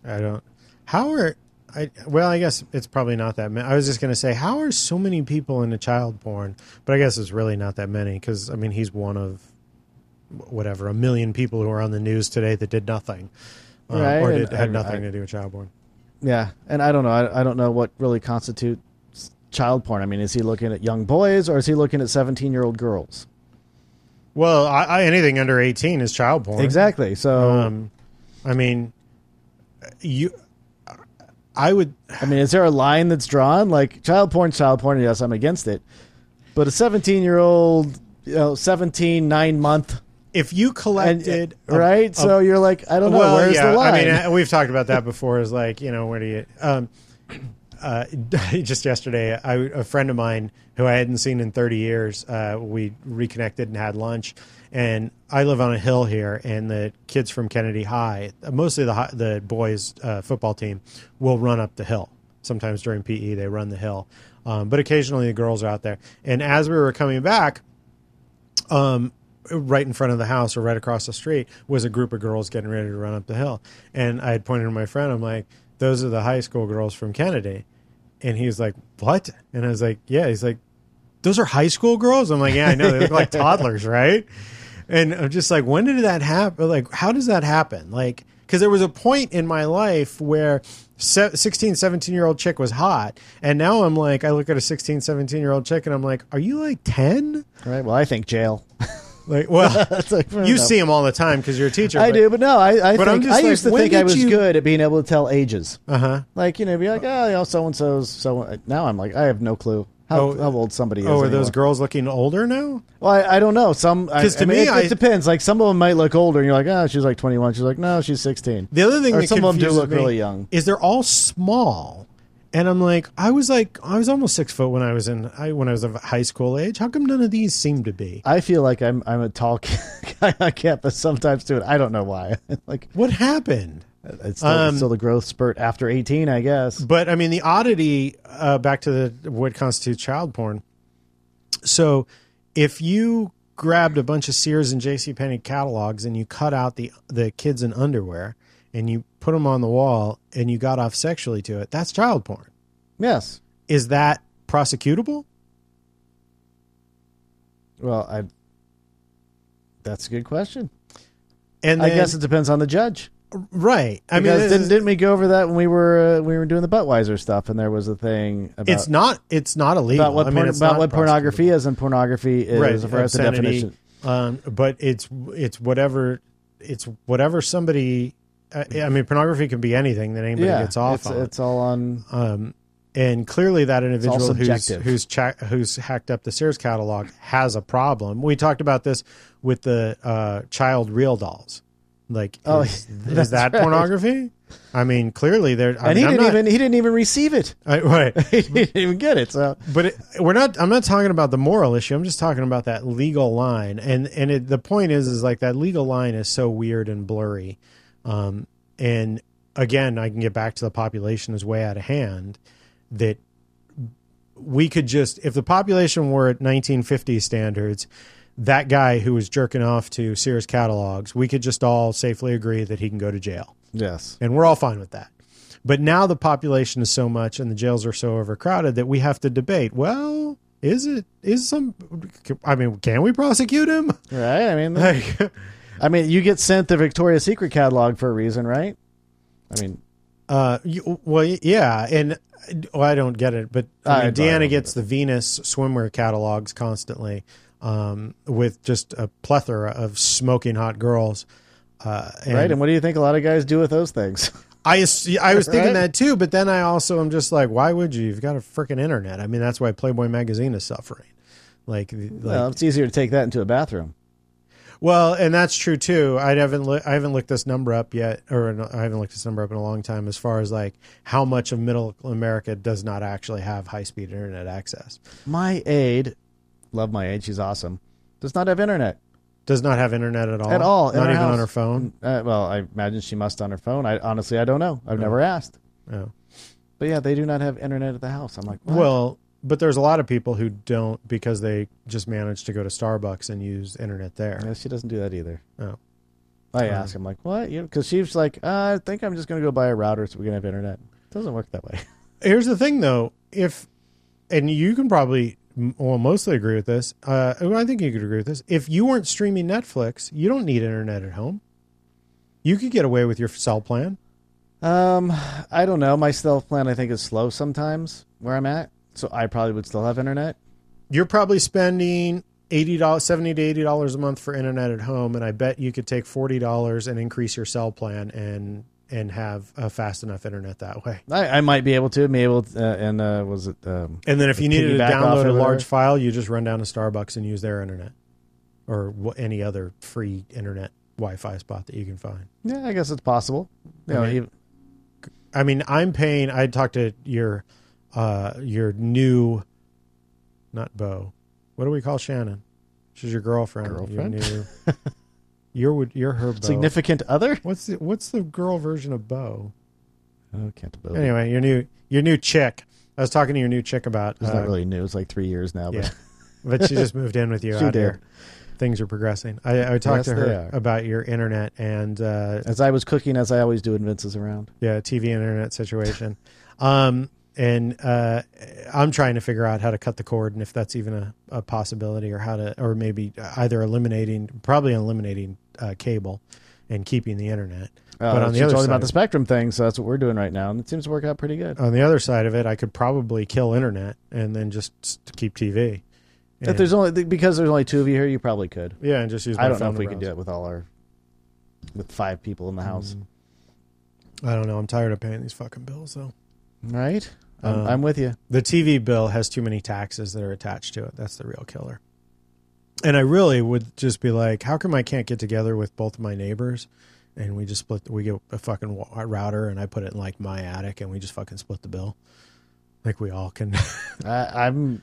S1: I don't. How are I? Well, I guess it's probably not that many. I was just going to say, how are so many people into child porn? But I guess it's really not that many because I mean, he's one of whatever a million people who are on the news today that did nothing, uh,
S2: Right,
S1: or
S2: and
S1: did, had
S2: I-
S1: nothing
S2: I-
S1: to do with child porn.
S2: Yeah, and I don't know. I, I don't know what really constitutes child porn. I mean, is he looking at young boys or is he looking at 17 year old girls?
S1: Well, I, I, anything under eighteen is child porn.
S2: Exactly. So
S1: Um, I mean, you. I would.
S2: I mean, is there a line that's drawn? Like child porn, child porn. Yes, I'm against it, but a 17 year old, you know, 17 nine month,
S1: If you
S2: and
S1: collected, a-
S2: right?
S1: a
S2: so you're like, I don't know.
S1: well,
S2: where's
S1: yeah.
S2: the line?
S1: I mean, uh, we've talked about that before. Is like, you know, where do you? Um, uh, just yesterday, I, a friend of mine who I hadn't seen in 30 years, uh, we reconnected and had lunch. And I live on a hill here, and the kids from Kennedy High, mostly the hi- the boys' uh, football team, will run up the hill. Sometimes during PE, they run the hill, um, but occasionally the girls are out there. And as we were coming back, right in front of the house or right across the street was a group of girls getting ready to run up the hill. And I had pointed to my friend, I'm like, those are the high school girls from Kennedy. And he was like, what? And I was like, yeah. He's like, those are high school girls? I'm like, yeah, I know. They look like toddlers, right? And I'm just like, when did that happen? Like, how does that happen? Like, because there was a point in my life where se- 16, 17 year old chick was hot. And now I'm like, I look at a 16, 17 year old chick and I'm like, are you like 10?
S2: right. Well, I think jail.
S1: Like, well,
S2: That's like, fair
S1: you
S2: enough.
S1: see them all the time because you're a teacher.
S2: I do, but no, I, I
S1: But I'm
S2: think
S1: just
S2: I
S1: like,
S2: used to
S1: when
S2: think I
S1: did
S2: was
S1: you-
S2: good at being able to tell ages.
S1: Uh huh.
S2: Like you know, be like, oh, you know, so and so's so. Now I'm like, I have no clue how,
S1: Oh,
S2: how old somebody is.
S1: Oh, are those
S2: anymore.
S1: girls looking older now?
S2: Well, I, I don't know. Some
S1: 'Cause
S2: because
S1: to me,
S2: it,
S1: I-
S2: it depends. Like some of them might look older, and you're like, oh, she's like 21. She's like, no, she's 16.
S1: The other thing
S2: Or
S1: that
S2: some of them do
S1: confuses
S2: look
S1: me
S2: really young.
S1: is they're all small, and I'm like, I was like, I was almost six foot when I was in I, when I was of high school age. How come none of these seem to be?
S2: I feel like I'm I'm a tall guy on campus sometimes too, and I don't know why. like
S1: What happened?
S2: it's still,
S1: Um,
S2: it's still the growth spurt after 18, I guess.
S1: But I mean, the oddity uh, back to the what constitutes child porn. So, if you grabbed a bunch of Sears and J.C. Penney catalogs and you cut out the the kids in underwear and you put them on the wall and you got off sexually to it, that's child porn.
S2: Yes.
S1: Is that prosecutable?
S2: Well, I. That's a good question.
S1: And
S2: I
S1: then-
S2: guess it depends on the judge.
S1: right. I mean,
S2: Because
S1: it-
S2: didn't, didn't we go over that when we were uh, we were doing the Budweiser stuff, and there was a thing about
S1: it's not. It's not illegal.
S2: about what,
S1: I mean,
S2: porn-
S1: it's
S2: about
S1: not
S2: what pornography
S1: prosecutable.
S2: is, and pornography is
S1: Right,
S2: as far as the
S1: obscenity.
S2: definition.
S1: Um, but it's it's whatever it's whatever somebody. I, I mean, pornography can be anything that anybody
S2: yeah,
S1: gets off
S2: it's,
S1: on.
S2: it's all on.
S1: um, and clearly, that individual who's
S2: subjective.
S1: who's cha- who's hacked up the Sears catalog has a problem. We talked about this with the uh, child real dolls. Like,
S2: Oh,
S1: is,
S2: yeah,
S1: is that
S2: that's right.
S1: pornography? I mean, clearly there. I
S2: and
S1: mean,
S2: he
S1: I'm
S2: didn't
S1: not-
S2: even he didn't even receive it.
S1: I- right.
S2: he didn't even get it. So
S1: but it, we're not i'm not talking about the moral issue i'm just talking about that legal line and and it, the point is is like that legal line is so weird and blurry um and again i can get back to the population is way out of hand that we could just if the population were at 1950 standards that guy who was jerking off to Sears catalogs, we could just all safely agree that he can go to jail
S2: yes,
S1: and we're all fine with that. But now the population is so much and the jails are so overcrowded that we have to debate. Well, is it is some? I mean, can we prosecute him?
S2: right. I mean,
S1: Like,
S2: I mean, you get sent the Victoria's Secret catalog for a reason, right? I mean,
S1: uh, you, well, yeah, and well, I don't get it, but
S2: I-
S1: I mean,
S2: I don't
S1: Deanna
S2: get
S1: gets the Venus swimwear catalogs constantly, um, with just a plethora of smoking hot girls. Uh, and
S2: right? And what do you think a lot of guys do with those things?
S1: I, ass- I was thinking
S2: Right?
S1: that too, but then I also am just like, why would you? You've got a freaking internet. I mean, that's why Playboy magazine is suffering. Like, like
S2: well,
S1: well,
S2: it's easier to take that into a bathroom.
S1: and that's true too. I haven't loo- I haven't looked this number up yet, or no, I haven't looked this number up in a long time. As far as like how much of middle America does not actually have high speed internet access,
S2: My aide, love my aide, she's awesome. Does not have internet.
S1: does not have internet at all,
S2: At all, in
S1: not
S2: her
S1: even on
S2: house.
S1: her phone.
S2: Uh, well, I imagine she must on her phone. I honestly, I don't know. I've never asked.
S1: Oh.
S2: But yeah, they do not have internet at the house. I'm like, Mm. what?
S1: Well, but there's a lot of people who don't because they just manage to go to Starbucks and use internet there.
S2: Yeah, she doesn't do that either.
S1: Oh.
S2: I
S1: Oh.
S2: ask. I'm like, what? Because she's like, uh, I think I'm just going to go buy a router so we can have internet. It doesn't work that way.
S1: Here's the thing, though. If and you can probably m- well mostly agree with this. Uh, well, I think you could agree with this. If you weren't streaming Netflix, you don't need internet at home. You could get away with your cell plan.
S2: Um, I don't know. My stealth plan, I think, is slow sometimes where I'm at. So I probably would still have internet.
S1: You're probably spending eighty dollars, seventy to eighty dollars a month for internet at home, and I bet you could take forty dollars and increase your cell plan and and have a fast enough internet that way.
S2: I, I might be able to. Be able to, uh, and uh, was it? Um,
S1: And then if you needed to
S2: Piggyback off
S1: download
S2: or
S1: a
S2: whatever.
S1: large file, you just run down to Starbucks and use their internet or wh- any other free internet Wi-Fi spot that you can find.
S2: yeah, I guess it's possible. You know,
S1: I mean-
S2: even-
S1: I mean, I'm paying. I talked to your uh your new, not Bo. What do we call Shannon? She's your girlfriend.
S2: Girlfriend?
S1: Your new, you're with- you're her Bo.
S2: significant other.
S1: what's the what's the girl version of Bo?
S2: Oh, can't believe. it.
S1: Anyway, your new your new chick. I was talking to your new chick about.
S2: It's
S1: uh,
S2: not really new. It's like three years now. But
S1: Yeah. but she just moved in with you
S2: She
S1: out
S2: did.
S1: here. Things are progressing. I, I talked
S2: Yes,
S1: to
S2: they
S1: her
S2: are.
S1: about your internet and uh,
S2: as I was cooking, as I always do when Vince is around,
S1: yeah tv internet situation um and uh i'm trying to figure out how to cut the cord and if that's even a, a possibility or how to or maybe either eliminating probably eliminating uh, cable and keeping the internet
S2: uh,
S1: But on the
S2: she
S1: other
S2: told me about
S1: side-
S2: the spectrum thing, so that's what we're doing right now, and it seems to work out pretty good.
S1: on the other side of it i could probably kill internet and then just s- keep tv
S2: If there's only because there's only two of you here, you probably could.
S1: yeah and just use my
S2: I don't know
S1: phone
S2: if
S1: to
S2: we can do
S1: browse.
S2: it with all our with five people in the house, Mm.
S1: i don't know i'm tired of paying these fucking bills though
S2: right? I'm,
S1: Um,
S2: I'm with you.
S1: the TV bill has too many taxes that are attached to it. That's the real killer. And I really would just be like, how come I can't get together with both of my neighbors? And we just split, we get a fucking wa- router and I put it in like my attic and we just fucking split the bill. Like we all can
S2: I, I'm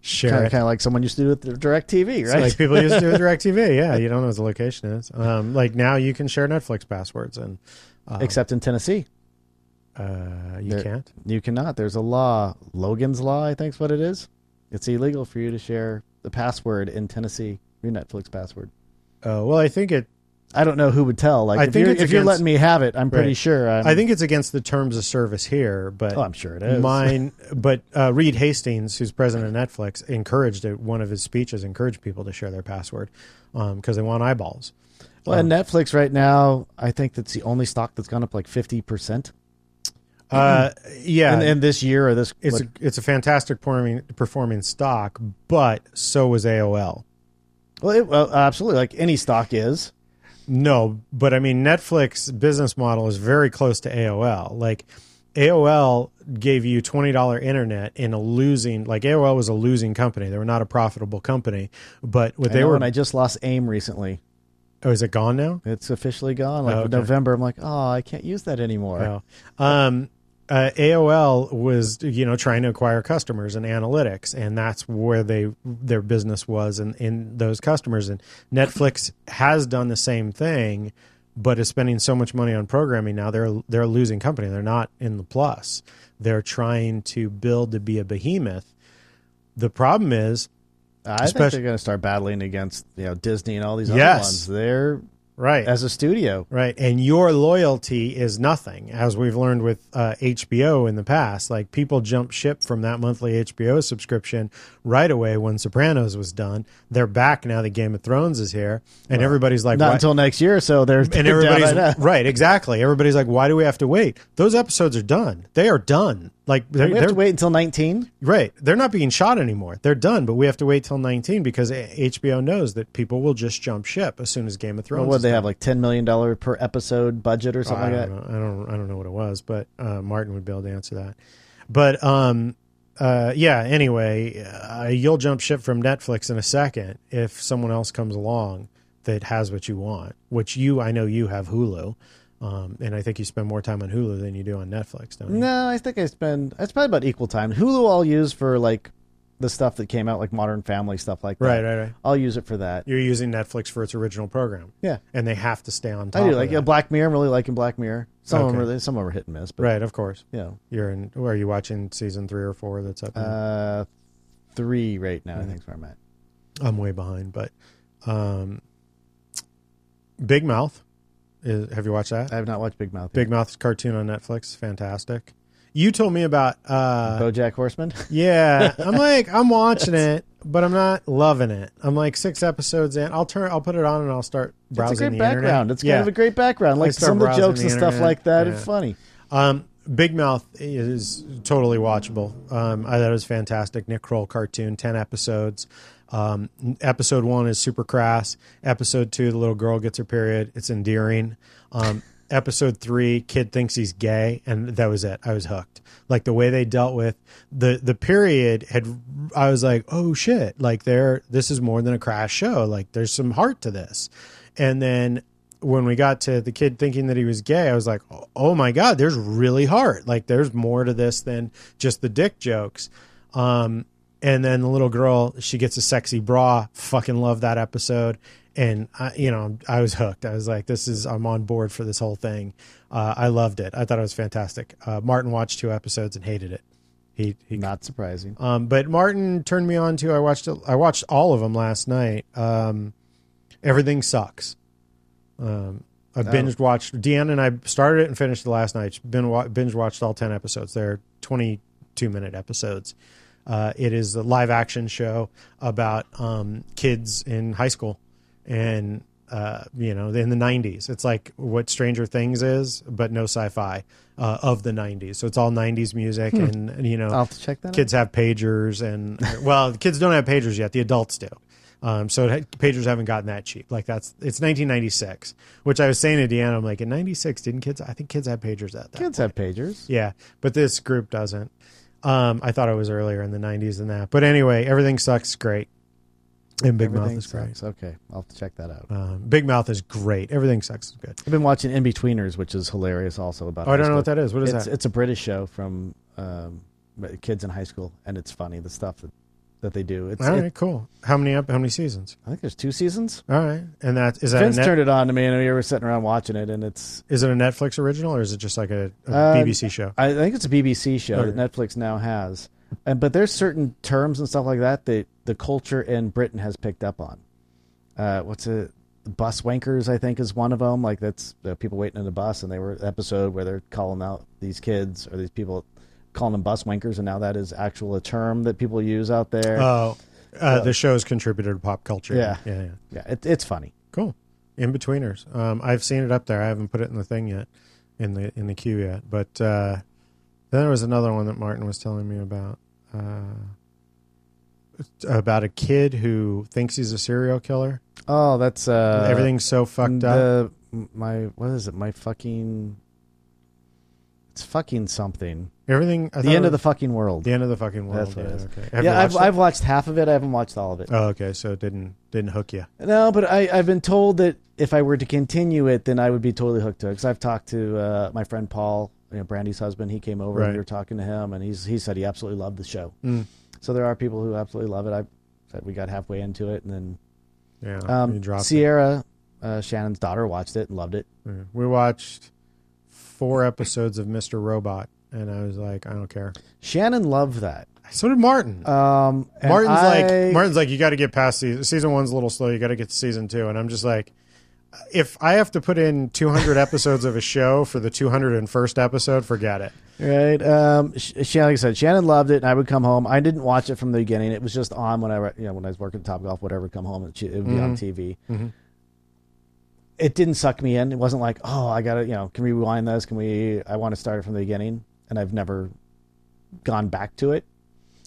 S1: share it.
S2: kind of like someone used to do with the direct TV,
S1: So,
S2: right?
S1: like people used to do with DirecTV. Yeah. You don't know what the location is. Um, like now you can share Netflix passwords and uh,
S2: Except in Tennessee,
S1: uh, you
S2: There-
S1: can't.
S2: you cannot. There's a law, Logan's Law, I think is what it is. It's illegal for you to share the password in Tennessee, your Netflix password.
S1: Uh, well, I think it,
S2: I don't know who would tell. Like,
S1: I
S2: if,
S1: think
S2: you're,
S1: it's
S2: if you're
S1: against-
S2: letting me have it, I'm pretty
S1: Right.
S2: sure. I'm,
S1: I think it's against the terms of service here, but
S2: Oh, I'm sure it is.
S1: Mine, but uh, Reed Hastings, who's president of Netflix, encouraged at one of his speeches encouraged people to share their password because they um, want eyeballs.
S2: Well, and Netflix right now, I think that's the only stock that's gone up like fifty percent.
S1: Uh, yeah,
S2: Mm-hmm. And, and this year or this,
S1: it's
S2: what-
S1: a, it's a fantastic performing performing stock, but so was AOL.
S2: well, it, well, absolutely, like any stock is.
S1: No, but I mean Netflix business model is very close to AOL. Like AOL gave you $20 internet in a losing like AOL was a losing company. They were not a profitable company, but what
S2: I
S1: they
S2: know,
S1: were
S2: and I just lost AIM recently.
S1: Oh, is it gone now?
S2: It's officially gone. Like
S1: Oh, okay.
S2: November, I'm like, oh, I can't use that anymore.
S1: Oh. Um uh, AOL was, you know, trying to acquire customers and analytics, and that's where they their business was in, in those customers. And Netflix has done the same thing, but is spending so much money on programming now. They're they're a losing company. They're not in the plus. They're trying to build to be a behemoth. The problem is,
S2: I think
S1: Especially-
S2: they're going to start battling against you know Disney and all these other
S1: Yes.
S2: ones. They're
S1: right?
S2: as a studio.
S1: Right. And your loyalty is nothing, as we've learned with uh, HBO in the past. Like people jump ship from that monthly HBO subscription right away when Sopranos was done. They're back now that Game of Thrones is here. And everybody's like,
S2: Not
S1: why-
S2: until next year, so they're
S1: and
S2: they're down
S1: everybody's
S2: right now.
S1: right, exactly. Everybody's like, why do we have to wait? Those episodes are done. They are done. Like they're,
S2: We have
S1: they're
S2: to wait until 19.
S1: right. They're not being shot anymore. They're done. But we have to wait till nineteen because A- HBO knows that people will just jump ship as soon as Game of Thrones.
S2: What would
S1: is
S2: they
S1: done.
S2: have like 10 million dollar per episode budget or something
S1: I
S2: like that?
S1: don't know. I don't. I don't know what it was, but uh, Martin would be able to answer that. But um, uh, yeah. Anyway, uh, you'll jump ship from Netflix in a second if someone else comes along that has what you want. Which you, I know you have Hulu, um, and I think you spend more time on Hulu than you do on Netflix, don't you?
S2: No, I think I spend it's probably about equal time. Hulu I'll use for like the stuff that came out like Modern Family stuff like that.
S1: Right, right, right.
S2: I'll use it for that.
S1: You're using Netflix for its original program,
S2: Yeah.
S1: and they have to stay on top.
S2: I do
S1: of
S2: like
S1: that.
S2: yeah, Black Mirror. I'm really liking Black Mirror. Some of them
S1: Okay.
S2: are they- some of them are hit and miss, but
S1: right, of course.
S2: you know,
S1: You're in. Are you watching season three or four? That's up. now?
S2: uh, three right now I think is where I'm at.
S1: I'm way behind, but um, Big Mouth. Is, have you watched that?
S2: I have not watched Big Mouth.
S1: Big Mouth's cartoon on Netflix. Fantastic. You told me about.
S2: yet.
S1: Uh,
S2: BoJack Horseman.
S1: yeah, I'm like I'm watching it, but I'm not loving it. I'm like six episodes in. I'll turn. I'll put it on and I'll start browsing
S2: it's a great
S1: the
S2: background.
S1: internet.
S2: It's kind of a great background. Like
S1: start
S2: some of the
S1: browsing
S2: jokes
S1: the
S2: and stuff
S1: internet.
S2: like that.
S1: Yeah.
S2: It's funny.
S1: Um, Big Mouth is totally watchable. Um, I thought it was fantastic. Nick Kroll cartoon, 10 episodes. Um, episode one is super crass. Episode two, the little girl gets her period. It's endearing. Um, episode three, kid thinks he's gay. And that was it. I was hooked. Like the way they dealt with the, the period had, I was like, oh shit, like there, this is more than a crass show. Like there's some heart to this. And then when we got to the kid thinking that he was gay, I was like, oh my God, there's really hard. Like, there's more to this than just the dick jokes. Um, and then the little girl, she gets a sexy bra. Fucking love that episode. And I, you know, I was hooked. I was like, this is, I'm on board for this whole thing. Uh, I loved it. I thought it was fantastic. Uh, Martin watched two episodes and hated it. He, he
S2: Not surprising.
S1: um, but Martin turned me on to. I watched. I watched all of them last night. Um, Everything sucks. Um, I binge watched. Deanna and I started it and finished it last night. Been wa- binge watched all ten episodes. They're twenty two minute episodes. Uh, it is a live action show about um, kids in high school and uh, you know in the 90s it's like what stranger things is but no sci-fi uh, of the 90s so it's all 90s music and you know
S2: I'll have to check that. out.
S1: kids have pagers and well the kids don't have pagers yet the adults do um, so it had, pagers haven't gotten that cheap like that's it's 1996 which i was saying to deanna i'm like in 96 didn't kids i think kids had pagers at that
S2: Kids have pagers.
S1: yeah but this group doesn't um, i thought it was earlier in the 90s than that but anyway everything sucks great and big mouth
S2: Everything
S1: is great
S2: sucks. Okay, I'll have to check that out.
S1: um, big mouth is great everything sucks is good
S2: I've been watching In Betweeners, which is hilarious. Also about
S1: oh, i don't know
S2: high
S1: what
S2: school.
S1: that is what is
S2: it's,
S1: that
S2: It's a British show from um, kids in high school, and it's funny the stuff that, that they do. It's,
S1: all
S2: it-
S1: right cool how many ep- how many seasons
S2: I think there's two seasons.
S1: all right and that is that
S2: Vince
S1: a net-
S2: turned it on to me, and we were sitting around watching it, and it's
S1: Is it a Netflix original or is it just like a, a
S2: Uh,
S1: BBC show?
S2: I think it's a BBC show
S1: Okay.
S2: that Netflix now has, and but there's certain terms and stuff like that that the culture in Britain has picked up on. Uh, what's it? Bus wankers, I think, is one of them. Like that's uh, people waiting in the bus, and they were episode where they're calling out these kids or these people calling them bus wankers, and now that is actual a term that people use out
S1: Uh,
S2: there.
S1: Oh, uh, the show's contributed to pop culture.
S2: Yeah.
S1: yeah, yeah.
S2: yeah, it, it's funny.
S1: Cool. in betweeners. Um, I've seen it up there. I haven't put it in the thing yet, in the in the queue yet. But uh, then there was another one that Martin was telling me about. Uh, it's about a kid who thinks he's a serial killer.
S2: Oh, that's uh,
S1: Everything's so fucked up.
S2: the, My what is it? My fucking. It's fucking something.
S1: Everything. I
S2: the
S1: thought
S2: end
S1: it
S2: of the
S1: was-
S2: fucking world.
S1: the end of the fucking world.
S2: That's what
S1: yeah,
S2: it is.
S1: Okay. Have you
S2: yeah, I've
S1: watched it?
S2: I've watched half of it. I haven't watched all of it.
S1: Oh, okay. So it didn't didn't hook you.
S2: No, but I, I've been told that if I were to continue it, then I would be totally hooked to it. Because I've talked to uh, my friend Paul, you know, Brandy's husband. He came over
S1: Right.
S2: and we were talking to him, and he's he said he absolutely loved the show.
S1: Mm.
S2: So there are people who absolutely love it. I said we got halfway into it, and then
S1: Yeah. Oh, you
S2: um,
S1: dropped it.
S2: Sierra, uh, Shannon's daughter, watched it and loved it.
S1: Yeah. Mm. We watched four episodes of Mr. Robot, and I was like, I don't care. Uh,
S2: Shannon loved that.
S1: So did Martin.
S2: Um, and
S1: Martin's
S2: I-
S1: like, Martin's like, you got to get past season. Season one's a little slow. You got to get to season two. And I'm just like, if I have to put in 200 episodes of a show for the 201st episode, forget it.
S2: Right. Um, Sh- Shannon, like I said, Shannon loved it, and I would come home. I didn't watch it from the beginning. It was just on when I, re- you know, when I was working Top Golf, whatever. Come home, and she- it would be on TV.
S1: Mhm.
S2: It didn't suck me in. It wasn't like, oh, I gotta, you know, can we rewind this? Can we? I want to start it from the beginning, and I've never gone back to it.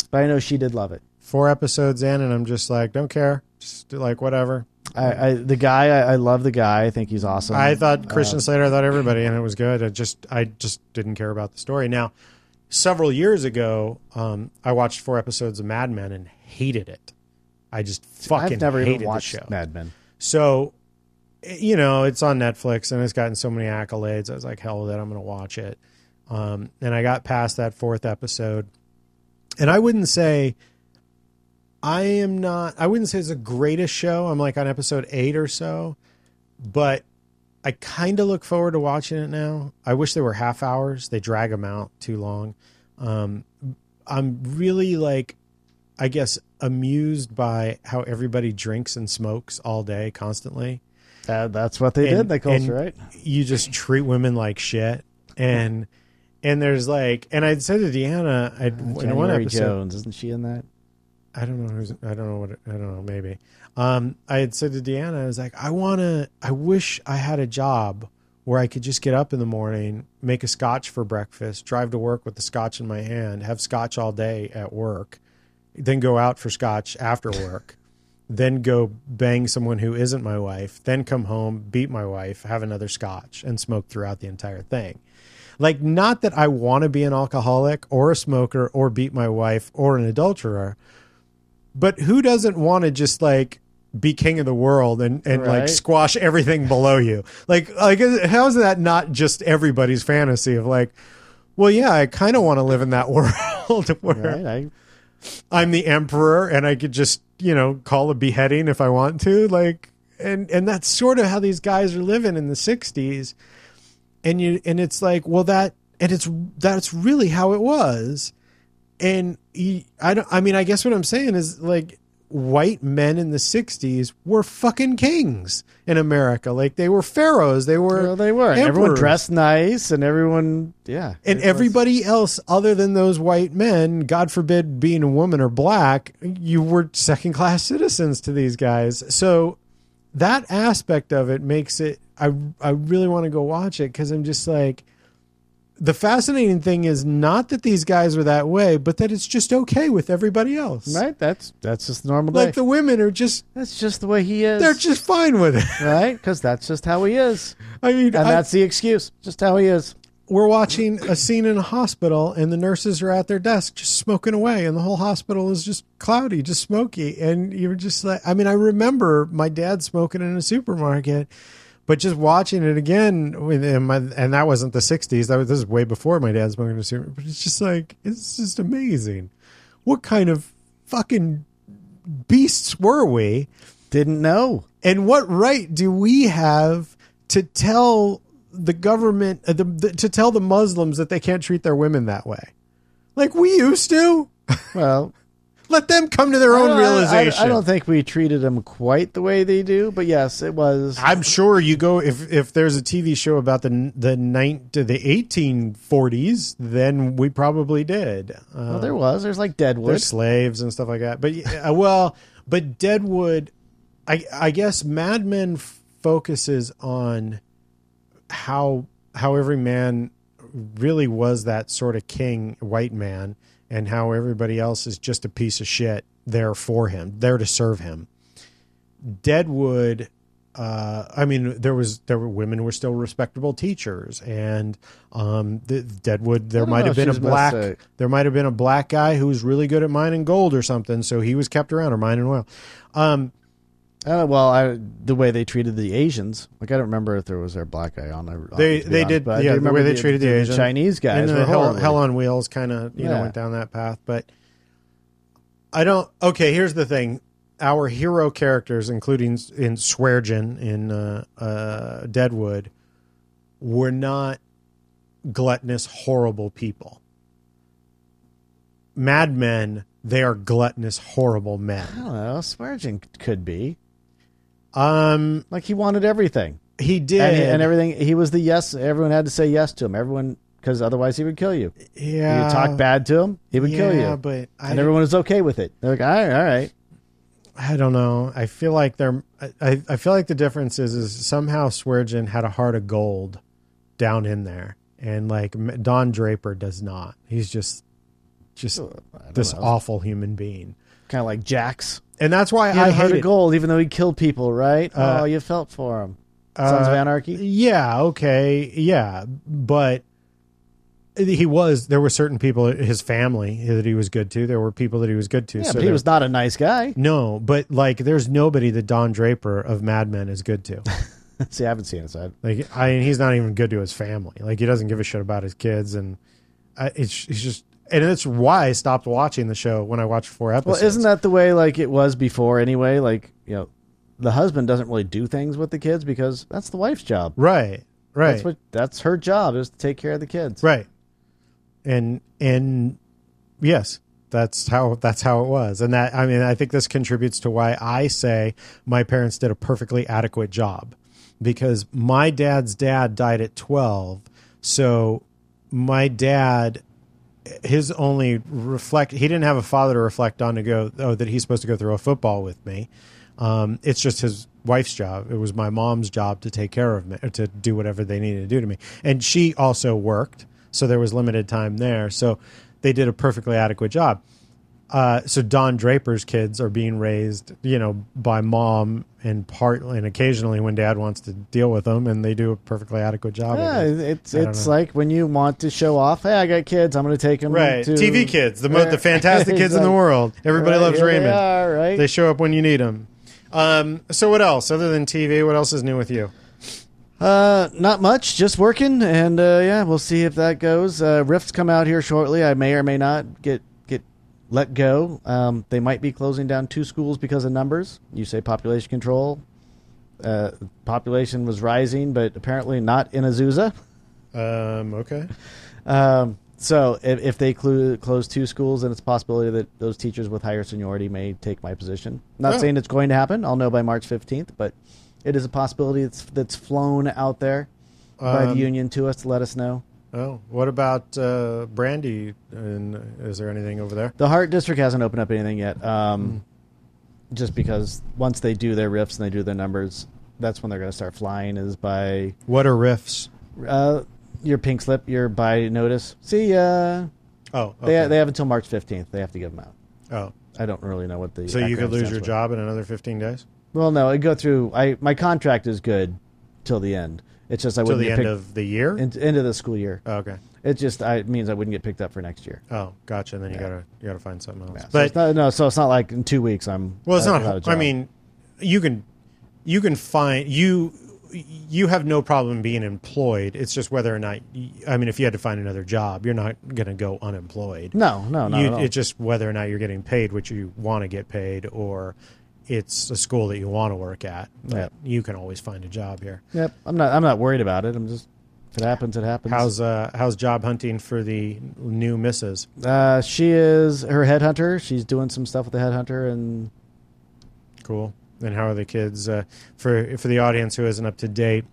S2: But I know she did love it.
S1: Four episodes in, and I'm just like, don't care. Just do, like whatever.
S2: I, I the guy, I, I love the guy. I think he's awesome. Uh,
S1: I thought Christian Slater, I thought everybody, and it was good. I just, I just didn't care about the story. Now, several years ago, um, I watched four episodes of Mad Men and hated it. I just fucking
S2: I've never
S1: hated
S2: even watched
S1: the show.
S2: Mad Men.
S1: So, eh, you know, it's on Netflix and it's gotten so many accolades. I was like, hell with it, I'm going to watch it. Um, and I got past that fourth episode. And I wouldn't say I am not, I wouldn't say it's the greatest show. I'm like on episode eight or so, but I kind of look forward to watching it now. I wish they were half hours, they drag them out too long. Um, I'm really like I guess amused by how everybody drinks and smokes all day constantly.
S2: Uh, that's what they
S1: And-
S2: did in that
S1: and-
S2: culture, right?
S1: You just treat women like shit, and and there's like, and I said to Deanna, I in one
S2: January
S1: episode,
S2: Jones, isn't she in that?
S1: I don't know who's, I don't know what, I don't know, maybe. Um, I had said to Deanna, I was like, I want to, I wish I had a job where I could just get up in the morning, make a scotch for breakfast, drive to work with the scotch in my hand, have scotch all day at work, then go out for scotch after work, then go bang someone who isn't my wife, then come home, beat my wife, have another scotch, and smoke throughout the entire thing. Like, not that I want to be an alcoholic or a smoker or beat my wife or an adulterer, but who doesn't want to just like be king of the world and, and like
S2: Right.
S1: squash everything below you? Like, like how is that not just everybody's fantasy of like, well, yeah, I kind of want to live in that world where
S2: Right. I,
S1: I'm the emperor and I could just, you know, call a beheading if I want to. Like and and that's sort of how these guys are living in the sixties. And you and it's like, well that and it's that's really how it was. And you, I don't I mean, I guess what I'm saying is like white men in the 60s were fucking kings in America. Like they were pharaohs. They were
S2: Well, they were. And everyone
S1: emperors.
S2: dressed nice, and everyone, yeah.
S1: And
S2: It was-
S1: everybody else, other than those white men, God forbid being a woman or black, you were second class citizens to these guys. So that aspect of it makes it, I, I really want to go watch it because I'm just like, the fascinating thing is not that these guys are that way, but that it's just okay with everybody else.
S2: right? That's that's just normal.
S1: Like
S2: day.
S1: the women are just,
S2: that's just the way he is.
S1: they're just fine with it.
S2: right because that's just how he is,
S1: I mean,
S2: and
S1: I-
S2: that's the excuse. Just how he is.
S1: we're watching a scene in a hospital and the nurses are at their desk just smoking away and the whole hospital is just cloudy just smoky and you're just like i mean i remember my dad smoking in a supermarket but just watching it again with and, my, and that wasn't the 60s that was this is way before my dad smoking in a supermarket but it's just like it's just amazing what kind of fucking beasts were we
S2: Didn't know.
S1: and what right do we have to tell the government uh, the, the, to tell the Muslims that they can't treat their women that way? Like we used to.
S2: Well,
S1: Let them come to their
S2: I
S1: own
S2: don't- I- I-
S1: realization.
S2: I, don't think we treated him quite the way they do, but yes, it was.
S1: I'm sure you go if if there's a TV show about the the nine to the 1840s, then we probably did. Um,
S2: well, there was. There's like Deadwood.
S1: They're slaves and uh, stuff like that. But yeah, well, but Deadwood, I I guess Mad Men f- focuses on how how every man really was that sort of king white man and how everybody else is just a piece of shit there for him, there to serve him. Deadwood uh, I mean, there was there were women were still respectable teachers, and um, the, Deadwood there
S2: don't
S1: might
S2: know
S1: have
S2: if
S1: been a
S2: she's about to
S1: black
S2: say-
S1: there might have been a black guy who was really good at mining gold or something, so he was kept around or mining oil. Um,
S2: Uh, well, I, the way they treated the Asians, like I don't remember if there was a black guy on. I-
S1: They-
S2: to be
S1: they
S2: honest,
S1: did-
S2: but I
S1: yeah,
S2: do
S1: the
S2: remember
S1: way they treated the Asians.
S2: Chinese
S1: and
S2: guys
S1: uh,
S2: were
S1: the hell,
S2: horrible.
S1: hell on wheels kind of you know
S2: Yeah.
S1: went down that path, but I don't. Okay, here's the thing: our hero characters, including in Sweargen in uh, uh, Deadwood, were not gluttonous, horrible people. Madmen, they are gluttonous, horrible men.
S2: I don't know. Swearingen could be
S1: Um,
S2: like he wanted everything
S1: he did,
S2: and, and everything. He was the yes. Everyone had to say yes to him. Everyone because otherwise he would kill you.
S1: yeah,
S2: you talk bad to him, he would
S1: yeah,
S2: kill you.
S1: but I
S2: and everyone was okay with it. They're like, all right, all right.
S1: I don't know. I feel like they're. I- I, I feel like the difference is is somehow Sweargen had a heart of gold down in there, and like M- Don Draper does not. He's just just this awful human being,
S2: kind of like Jax.
S1: and that's why
S2: He
S1: I
S2: had a
S1: hate
S2: heart of
S1: it.
S2: gold, even though he killed people, right?
S1: Uh,
S2: oh, you felt for him.
S1: Uh,
S2: Sons of Anarchy.
S1: Yeah. Okay. Yeah. But he was. There were certain people, his family, that he was good to. There were people that he was good to.
S2: Yeah,
S1: so
S2: but he
S1: there-
S2: was not a nice guy.
S1: No, but like, there's nobody that Don Draper of Mad Men is good to.
S2: See, I haven't seen it, so I
S1: Like I mean, he's not even good to his family. Like he doesn't give a shit about his kids, and I, it's it's just and that's why I stopped watching the show when I watched four
S2: Well,
S1: episodes.
S2: isn't that the way like it was before anyway? Like, you know, the husband doesn't really do things with the kids because that's the wife's job.
S1: right? Right.
S2: That's what that's her job is to take care of the kids.
S1: right. And and yes, that's how that's how it was. And that I mean, I think this contributes to why I say my parents did a perfectly adequate job because my dad's dad died at 12. So my dad his only reflect he didn't have a father to reflect on to go oh that he's supposed to go throw a football with me um, it's just his wife's job it was my mom's job to take care of me or to do whatever they needed to do to me and she also worked so there was limited time there so they did a perfectly adequate job uh, so don draper's kids are being raised you know by mom and part and occasionally when dad wants to deal with them and they do a perfectly adequate job
S2: Yeah,
S1: of it.
S2: it's
S1: I don't
S2: it's
S1: know.
S2: like when you want to show off, hey, I got kids, I'm going to take them
S1: Right.
S2: to
S1: TV kids, the most, the
S2: Right.
S1: fantastic kids in the
S2: Eh, Exactly.
S1: world. Everybody
S2: Right,
S1: loves
S2: here
S1: Raymond.
S2: They
S1: They,
S2: are, right?
S1: show up when you need them. Um, so what else other than TV? What else is new with you?
S2: Uh, not much, just working, and uh, yeah, we'll see if that goes. Uh, Rift's come out here shortly. I may or may not get get let go. Um, they might be closing down two schools because of numbers. You say population control. Uh, population was rising, but apparently not in Azusa.
S1: Um, okay.
S2: Um, so if, if they clu- close two schools, then it's a possibility that those teachers with higher seniority may take my position. Not
S1: Oh.
S2: saying it's going to happen. I'll know by March 15th, but it is a possibility that's, that's flown out there by the
S1: Um,
S2: union to us to let us know.
S1: Oh, what about uh, Brandy? And is there anything over there?
S2: The Heart District hasn't opened up anything yet, um,
S1: Hmm.
S2: just because once they do their riffs and they do their numbers, that's when they're going to start flying. Is by
S1: What are riffs?
S2: uh, your pink slip, your by notice. See, ya.
S1: Oh,
S2: they
S1: okay.
S2: they have until March 15th. They have to give them out.
S1: oh,
S2: I don't really know what the
S1: so you
S2: acronym
S1: could lose
S2: stands
S1: your
S2: for.
S1: job in another fifteen days
S2: Well, no, I go through. I my contract is good till the end. It's just I
S1: till
S2: wouldn't
S1: the
S2: get
S1: end
S2: picked,
S1: of the year.
S2: end, end of the school year.
S1: oh, okay.
S2: It just I it means I wouldn't get picked up for next year.
S1: Oh, gotcha. And then you
S2: Yeah.
S1: gotta you gotta find something else.
S2: Yeah, so
S1: But
S2: it's not, no, so it's not like in two weeks I'm.
S1: Well, it's
S2: uh, without a
S1: not. I
S2: job.
S1: mean, you can you can find you you have no problem being employed. It's just whether or not. y- I mean, if you had to find another job, you're not going to go unemployed.
S2: no, no, no.
S1: you, It's just whether or not you're getting paid what you want to get paid, or it's a school that you want to work at. But
S2: Yeah.
S1: you can always find a job here.
S2: Yep, I'm not. I'm not worried about it. I'm just. If it happens, it happens.
S1: How's uh how's job hunting for the new missus?
S2: uh, she is her headhunter? She's doing some stuff with the headhunter, and
S1: Cool. And how are the kids? Uh, for for the audience who isn't up to date,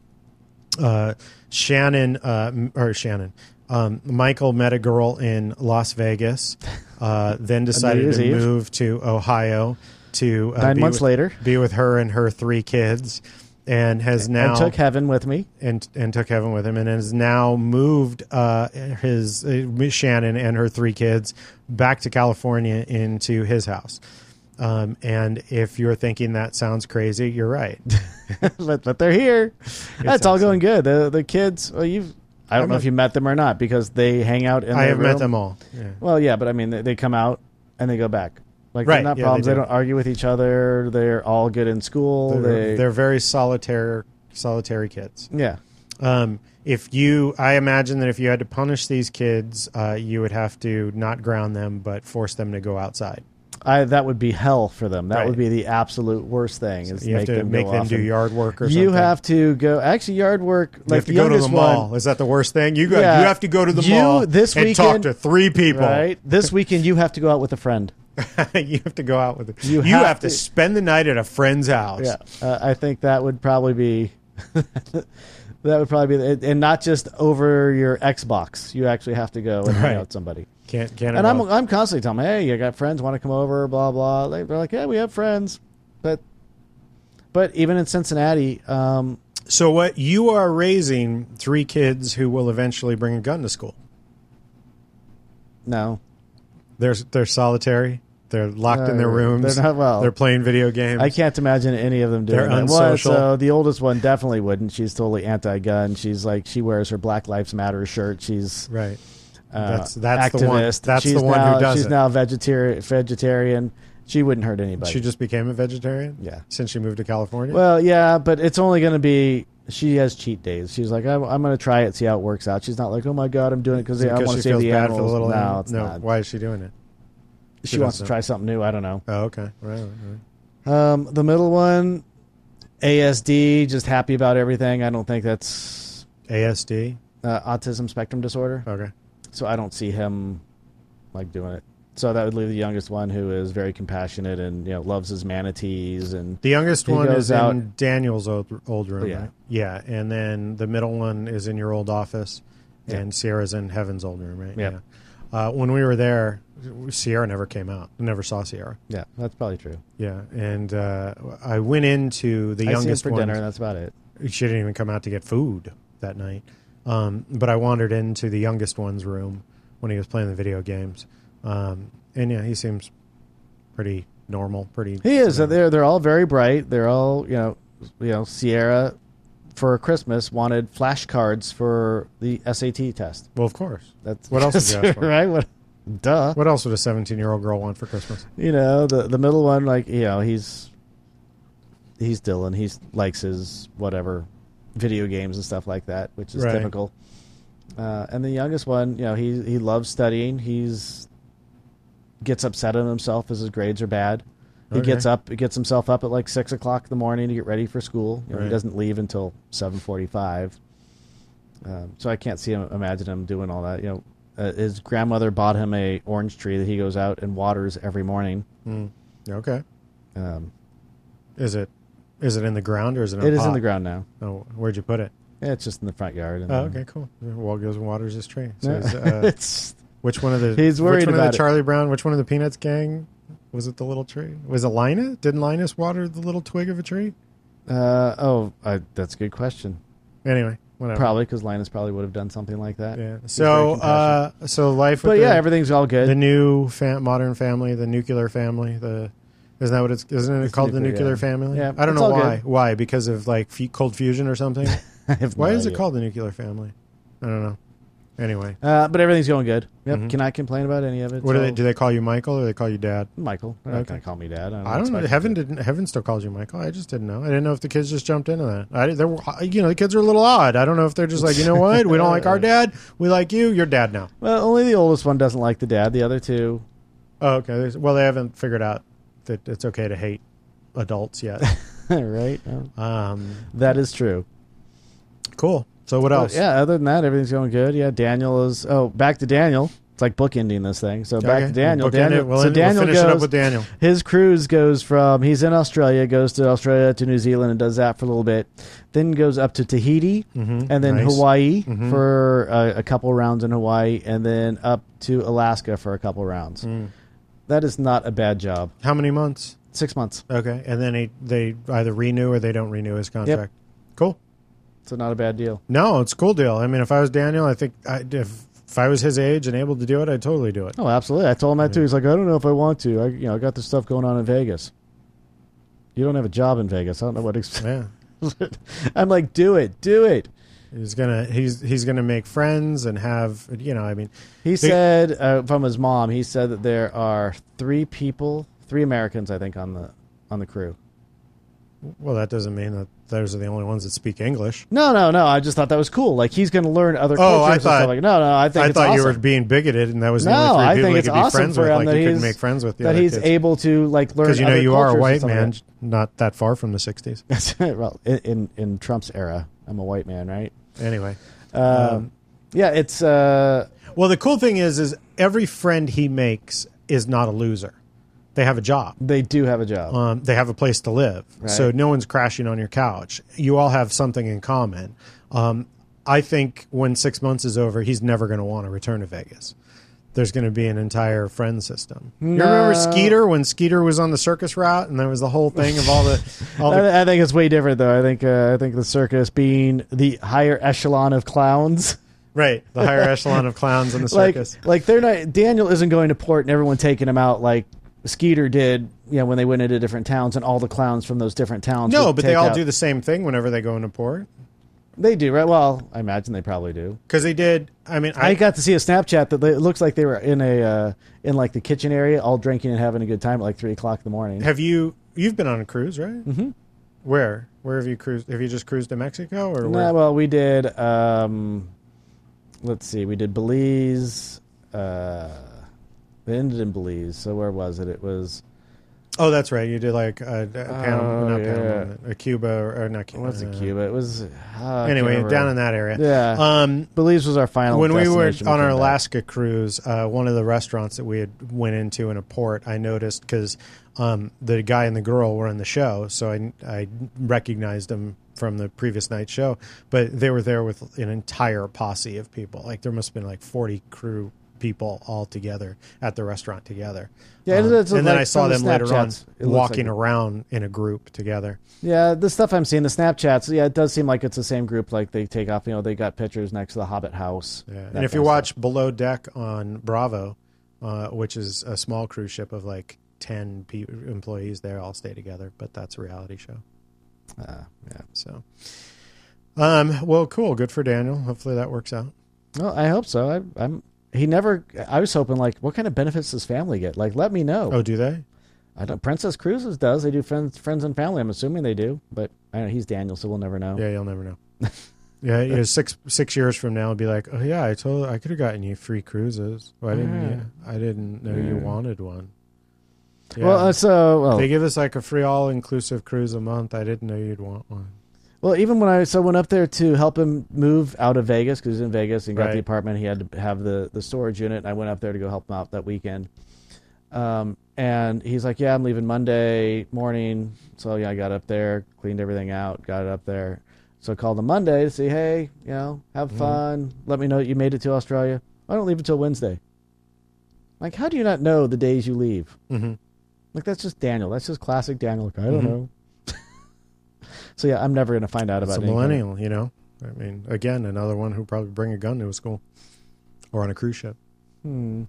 S1: uh, Shannon uh, m- or Shannon, um, Michael met a girl in Las Vegas, uh, then decided
S2: Year's
S1: to
S2: Eve.
S1: move to Ohio to uh,
S2: nine months
S1: with,
S2: later,
S1: be with her and her three kids. and has now
S2: and took heaven with me.
S1: and and took heaven with him and has now moved uh, his uh, Miss Shannon and her three kids back to California into his house. Um, and if you're thinking that sounds crazy, you're right.
S2: but, but they're here. That's all going good. The the kids. Well, you've. I don't know if you met them or not because they hang out in.
S1: I
S2: their
S1: have met
S2: room.
S1: them all. Yeah.
S2: Well, yeah, but I mean, they, they come out and they go back. Like
S1: Right,
S2: they're
S1: yeah,
S2: not
S1: they
S2: problems. They,
S1: do.
S2: don't argue with each other. They're all good in school.
S1: They're,
S2: they
S1: they're very solitary solitary kids.
S2: yeah.
S1: Um, if you, I imagine that if you had to punish these kids, uh, you would have to not ground them, but force them to go outside.
S2: I that would be hell for them. That
S1: Right.
S2: would be the absolute worst thing. Is
S1: You have
S2: make
S1: to
S2: them
S1: make
S2: go
S1: them
S2: off
S1: do
S2: and-
S1: yard work or
S2: you
S1: something.
S2: have to go. Actually, yard work. Like
S1: you have to
S2: the
S1: go to the
S2: youngest
S1: mall.
S2: One,
S1: Is that the worst thing? You go.
S2: Yeah.
S1: You have to go to the
S2: You,
S1: mall
S2: this
S1: and talk
S2: weekend-
S1: to three people.
S2: right. this weekend you have to go out with a friend.
S1: you have to go out with it.
S2: You
S1: You,
S2: have
S1: have, to,
S2: to-
S1: spend the night at a friend's house.
S2: Yeah, uh, I think that would probably be that would probably be, and- and not just over your Xbox. You actually have to go and hang
S1: Right.
S2: out with somebody.
S1: Can't can't.
S2: And I'm
S1: involve-
S2: I'm constantly telling them, hey, I got friends want to come over, blah blah. They- They're like, yeah, we have friends, but but even in Cincinnati, um,
S1: so what? You are raising three kids who will eventually bring a gun to school.
S2: no,
S1: They're they're solitary. They're locked in their
S2: No,
S1: rooms.
S2: Uh, they're not- well,
S1: They're playing video games.
S2: I can't imagine any of them doing
S1: They're
S2: that.
S1: unsocial.
S2: Well, so the oldest one definitely wouldn't. She's totally anti-gun. She's like she wears her Black Lives Matter shirt. She's
S1: right.
S2: uh,
S1: That's- that's
S2: activist.
S1: the one- that's
S2: she's
S1: the one
S2: now,
S1: who does
S2: She's
S1: it.
S2: now vegetarian. Vegetarian. She wouldn't hurt anybody.
S1: She just became a vegetarian.
S2: Yeah.
S1: Since she moved to California.
S2: well, yeah, but it's only going to be. She has cheat days. She's like, I'm, I'm going to try it, see how it works out. She's not like, oh my god, I'm doing it because I
S1: because
S2: want
S1: she
S2: to save
S1: feels
S2: the
S1: bad
S2: animals.
S1: for the little
S2: no,
S1: animal-
S2: it's
S1: no.
S2: not.
S1: Why is she doing it?
S2: She
S1: does
S2: wants to
S1: not.
S2: try something new. I don't know.
S1: Oh, okay. Right. right.
S2: Um, the middle one, ASD, just happy about everything. I don't think that's
S1: ASD.
S2: uh, autism spectrum disorder,
S1: Okay.
S2: so I don't see him like doing it. So that would leave the youngest one, who is very compassionate and you know loves his manatees and
S1: The youngest
S2: He
S1: one
S2: goes
S1: is in
S2: out-
S1: Daniel's old, old room.
S2: Yeah.
S1: Yeah. Right? Yeah. And then the middle one is in your old office,
S2: Yeah.
S1: and Sierra's in Heaven's old room, right?
S2: Yep.
S1: Yeah. Uh, when we were there, Sierra never came out. Never saw Sierra.
S2: yeah, that's probably true.
S1: Yeah. And uh, I went into the
S2: I see him
S1: youngest
S2: for
S1: one.
S2: dinner, and that's about it.
S1: She didn't even come out to get food that night. Um, but I wandered into the youngest one's room when he was playing the video games. Um, and yeah, he seems pretty normal, pretty.
S2: He is. uh, They're they're all very bright. They're all you know you know Sierra for Christmas wanted flashcards for the SAT test.
S1: Well, of course.
S2: That's
S1: What else did you ask for?
S2: right? What? Duh.
S1: What else would a 17 year old girl want for Christmas?
S2: you know the the middle one like you know he's he's Dylan he's likes his whatever video games and stuff like that which is
S1: Right.
S2: typical uh, and the youngest one you know he he loves studying he's gets upset at himself as his grades are bad he
S1: Okay.
S2: gets up gets himself up at like six o'clock in the morning to get ready for school You know, he
S1: Right.
S2: doesn't leave until seven forty five um, so I can't see him imagine him doing all that you know. Uh, his grandmother bought him a orange tree that he goes out and waters every morning.
S1: Hmm, Okay.
S2: Um,
S1: Is it is it in the ground or is it? In
S2: it
S1: a
S2: is
S1: pot?
S2: in the ground now.
S1: Oh, where'd you put it?
S2: Yeah, It's just in the front yard. And
S1: Oh,
S2: then-
S1: okay, cool. Well, goes and waters this tree. So
S2: Yeah.
S1: is, uh,
S2: it's
S1: which one of the?
S2: He's
S1: which
S2: worried
S1: one
S2: about
S1: of
S2: it.
S1: the Charlie Brown? Which one of the Peanuts gang? Was it the little tree? Was it Linus? Didn't Linus water the little twig of a tree?
S2: uh, oh, I, that's a good question.
S1: Anyway, whatever.
S2: Probably because Linus probably would have done something like that.
S1: Yeah.
S2: He's very
S1: So,
S2: compassionate.
S1: uh, so life. With
S2: but
S1: the,
S2: yeah, everything's all good.
S1: the new fam- modern family, the nuclear family, the isn't that what it's isn't it
S2: It's
S1: called
S2: nuclear,
S1: the nuclear
S2: yeah.
S1: family?
S2: Yeah,
S1: I don't
S2: it's
S1: know
S2: all
S1: why.
S2: good.
S1: Why? Because of like f- cold fusion or something.
S2: I have
S1: Why
S2: no
S1: is it
S2: idea.
S1: called the nuclear family? I don't know. Anyway,
S2: Uh, but everything's going good. Yep.
S1: Mhm.
S2: Cannot complain about any of it.
S1: what do they
S2: so-
S1: do? They call you Michael or they call you Dad?
S2: Michael. They're not
S1: Okay.
S2: going to call me Oh, dad.
S1: I don't know.
S2: expect
S1: Heaven
S2: them
S1: didn't. Heaven still calls you Michael. I just didn't know. I didn't know if the kids just jumped into that. I they were, you know, the kids are a little odd. I don't know if they're just like, you know what, we don't like our dad. We like you. You're dad now.
S2: Well, only the oldest one doesn't like the dad. The other two,
S1: Oh, okay. There's- Well, they haven't figured out that it's okay to hate adults yet.
S2: right? Oh,
S1: Um,
S2: that is true.
S1: cool. So what
S2: Well,
S1: else?
S2: Oh, yeah, other than that, everything's going good. Yeah, Daniel is. Oh, back to Daniel. It's like bookending this thing. So back
S1: Okay.
S2: to
S1: We'll
S2: Daniel.
S1: bookend
S2: Daniel
S1: it. We'll
S2: so
S1: end- we'll
S2: Daniel
S1: finish it
S2: goes.
S1: up with Daniel.
S2: His cruise goes from he's in Australia, goes to Australia to New Zealand and does that for a little bit, then goes up to Tahiti
S1: Mhm.
S2: and then
S1: Nice.
S2: Hawaii
S1: Mhm.
S2: for a, a couple rounds in Hawaii, and then up to Alaska for a couple rounds.
S1: Mm.
S2: That is not a bad job.
S1: How many months?
S2: Six months.
S1: Okay, and then he, they either renew or they don't renew his contract. Cool.
S2: So not a bad deal.
S1: No, it's a cool deal. I mean, if I was Daniel, I think I, if if I was his age and able to do it, I'd totally do it.
S2: Oh, absolutely. I told him that too. He's like, I don't know if I want to. I, you know, I got this stuff going on in Vegas. You don't have a job in Vegas. I don't know what. Ex-
S1: Yeah,
S2: I'm like, do it, do it.
S1: he's gonna he's he's gonna make friends and have you know. I mean,
S2: He
S1: They-
S2: said uh, from his mom. He said that there are three people, three Americans, I think, on the on the crew.
S1: well, that doesn't mean that those are the only ones that speak English.
S2: No, no, no. I just thought that was cool. Like he's going to learn other
S1: Oh,
S2: cultures
S1: I
S2: and
S1: thought-
S2: stuff like. No, no. I think
S1: I
S2: it's
S1: thought you
S2: awesome
S1: were being bigoted, and that was the
S2: No,
S1: only
S2: I
S1: three people
S2: think
S1: you
S2: it's
S1: could be
S2: awesome
S1: friends
S2: for
S1: with.
S2: him
S1: Like
S2: that
S1: you couldn't
S2: he's-
S1: make friends with the
S2: that
S1: other
S2: he's
S1: kids
S2: able to like learn.
S1: because you know
S2: other
S1: you are a
S2: cultures and
S1: white
S2: stuff like
S1: man,
S2: that.
S1: not that far from the '60s.
S2: That's right. Well, in, in in Trump's era, I'm a white man, right?
S1: Anyway,
S2: Um,
S1: Uh,
S2: yeah, it's uh,
S1: well, the cool thing is, is every friend he makes is not a loser. They have a job.
S2: they do have a job.
S1: um, they have a place to live. So
S2: Right.
S1: no one's crashing on your couch. You all have something in common. Um, I think when six months is over, he's never going to want to return to Vegas. There's going to be an entire friend system. You remember
S2: No.
S1: Skeeter when Skeeter was on the circus route, and there was the whole thing of all the all the
S2: I, I think it's way different though. I think uh, I think the circus being the higher echelon of clowns,
S1: right the higher echelon of clowns in the
S2: like
S1: circus.
S2: like they're not. Daniel isn't going to port and everyone taking him out like Skeeter did. You know when they went into different towns and all the clowns from those different towns.
S1: no,
S2: would
S1: but they
S2: take
S1: all
S2: out-
S1: do the same thing whenever they go into port
S2: They do right. Well, I imagine they probably do.
S1: because they did. I mean,
S2: I got to see a Snapchat that they, it looks like they were in a uh, in like the kitchen area, all drinking and having a good time at like three o'clock in the morning.
S1: Have you you've been on a cruise, right? Mm-hmm. Where where have you cruised? Have you just cruised to Mexico or
S2: Nah,
S1: where?
S2: well, we did. Um, let's see, we did Belize. Uh, it ended in Belize. So where was it? It was
S1: Oh, that's right. You did like uh, Panama,
S2: Oh,
S1: not
S2: yeah.
S1: Panama, uh, Cuba or, or not Cuba.
S2: was it
S1: uh,
S2: Cuba? It was uh,
S1: Anyway, down in that area.
S2: Yeah.
S1: Um,
S2: Belize was our final.
S1: when we were
S2: destination
S1: on our
S2: came back.
S1: Alaska cruise, uh, one of the restaurants that we had went into in a port, I noticed because um, the guy and the girl were in the show, so I, I recognized them from the previous night show. But they were there with an entire posse of people. Like there must have been like forty crew people all together at the restaurant together.
S2: Yeah,
S1: Um,
S2: it- it's
S1: and then
S2: like
S1: I saw
S2: from the
S1: them later on
S2: Snapchats, it looks
S1: walking
S2: like.
S1: around in a group together.
S2: Yeah, the stuff I'm seeing, the Snapchats. Yeah, it does seem like it's the same group. Like they take off. You know, they got pictures next to the Hobbit house.
S1: Yeah.
S2: that
S1: And if
S2: kind
S1: you
S2: of
S1: watch Below Deck on Bravo, uh, which is a small cruise ship of like 10 pe- employees, they all stay together, but that's a reality show.
S2: stuff. Uh, yeah.
S1: So, um, well, cool. Good for Daniel. Hopefully that works out.
S2: Well, I hope so. I, I'm. He never. I was hoping like, what kind of benefits does family get? Like, let me know.
S1: Oh, do they?
S2: I don't. Princess Cruises does. They do friends, friends and family. I'm assuming they do, but I don't, he's Daniel, so we'll never know.
S1: Yeah, you'll never know. yeah, you know, six six years from now, it'll be like, oh yeah, I told I could have gotten you free cruises. Why didn't you? I didn't know you wanted one. Yeah.
S2: Well, uh, so well,
S1: they give us like a free all inclusive cruise a month. I didn't know you'd want one.
S2: well, even when I so I went up there to help him move out of Vegas because he's in Vegas and got
S1: Right.
S2: the apartment, he had to have the the storage unit. And I went up there to go help him out that weekend. Um, and he's like, "Yeah, I'm leaving Monday morning." So yeah, I got up there, cleaned everything out, got it up there. So I called him Monday to say, "Hey, you know, have fun. Let me know that you made it to Australia. I don't leave until Wednesday." Like, how do you not know the days you leave?
S1: Mhm.
S2: Like that's just Daniel. That's just classic Daniel. Like, I
S1: Mm-hmm.
S2: don't know. so yeah, I'm never gonna find out
S1: It's a
S2: about anything.
S1: millennial, you know. I mean, again, another one who probably bring a gun to a school or on a cruise ship.
S2: Hmm.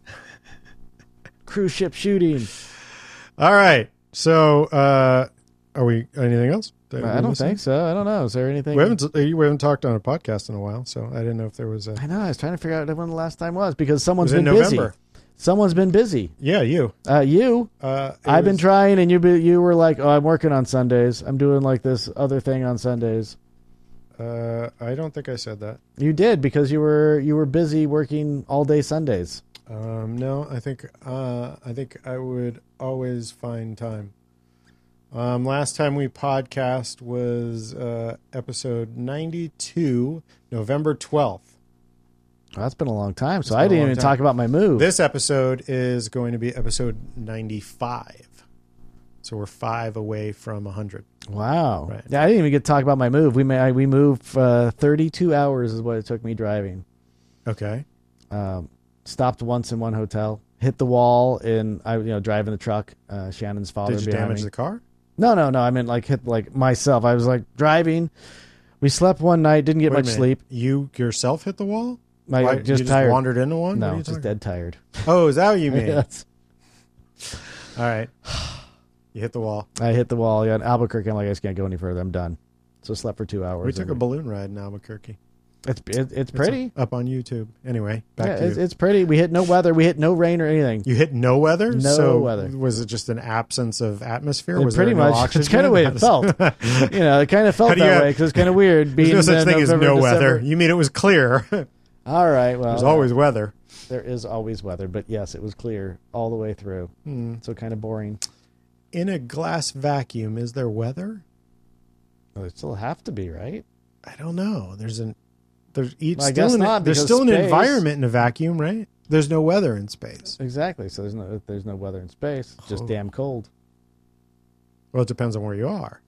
S2: Cruise ship shooting.
S1: All right. So, uh, are we anything else? that
S2: I
S1: we
S2: don't
S1: missed?
S2: think so. I don't know. Is there anything?
S1: We haven't uh, we haven't talked on a podcast in a while, so I didn't know if there was a.
S2: I know. I was trying to figure out when the last time was because someone's
S1: was in
S2: been
S1: November.
S2: busy. Someone's been busy.
S1: Yeah, you.
S2: Uh, you,
S1: Uh, it
S2: I've been
S1: was-
S2: trying, and you be- you were like, "Oh, I'm working on Sundays. I'm doing like this other thing on Sundays."
S1: uh, I don't think I said that.
S2: You did because you were you were busy working all day Sundays.
S1: Um, no, I think uh, I think I would always find time. Um, last time we podcast was uh, episode ninety two, November twelfth.
S2: Well, that's been a long time, so
S1: It's
S2: I
S1: been a
S2: didn't
S1: long
S2: even
S1: time.
S2: talk about my move.
S1: This episode is going to be episode 95. So we're five away from 100.
S2: wow,
S1: Right.
S2: yeah, I didn't even get to talk about my move. We may I, we moved uh, 32 hours is what it took me driving.
S1: Okay.
S2: um, stopped once in one hotel, hit the wall in I you know driving the truck. Uh, Shannon's father
S1: Did you
S2: behind
S1: damage
S2: me.
S1: the car?
S2: No, no, no. I meant like hit like myself. I was like driving, We slept one night, didn't get
S1: Wait a
S2: much
S1: minute.
S2: sleep.
S1: You yourself hit the wall?
S2: I
S1: Why-
S2: just,
S1: you just
S2: tired.
S1: wandered into one? What
S2: no,
S1: are you
S2: just
S1: talking-
S2: dead tired.
S1: Oh, is that what you mean?
S2: Yes.
S1: All right. You hit the wall.
S2: I hit the wall. Yeah, in Albuquerque. I'm like, I just can't go any further. I'm done. So slept for two hours.
S1: We took a
S2: and-
S1: balloon ride in Albuquerque.
S2: It's it, it's
S1: It's
S2: pretty.
S1: up, up on YouTube. Anyway, back
S2: yeah,
S1: to
S2: it's,
S1: you.
S2: it's pretty. We hit no weather. We hit no rain or anything.
S1: you hit no weather.
S2: No
S1: so
S2: weather.
S1: Was it just an absence of atmosphere?
S2: Yeah,
S1: was there
S2: pretty
S1: no
S2: much. That's
S1: Oxygen?
S2: kinda what it felt.
S1: There's
S2: You know, it kind of felt
S1: How do you
S2: that
S1: have-
S2: way because it's kind of weird. Being
S1: no such
S2: uh,
S1: thing as
S2: November,
S1: no
S2: December. Uh-huh.
S1: weather. You mean it was clear?
S2: All right. Well,
S1: There's always weather.
S2: there is always weather, but yes, it was clear all the way through.
S1: Hmm.
S2: So kind of boring.
S1: In a glass vacuum, is there weather?
S2: Well, it still have to be right.
S1: I don't know. There's an there's each
S2: Well, I
S1: still
S2: guess
S1: an,
S2: not,
S1: there's
S2: because
S1: still an
S2: space-
S1: environment in a vacuum, right? There's no weather in space.
S2: Exactly. So there's no there's no weather in space. It's Just
S1: Oh.
S2: damn cold.
S1: Well, it depends on where you are.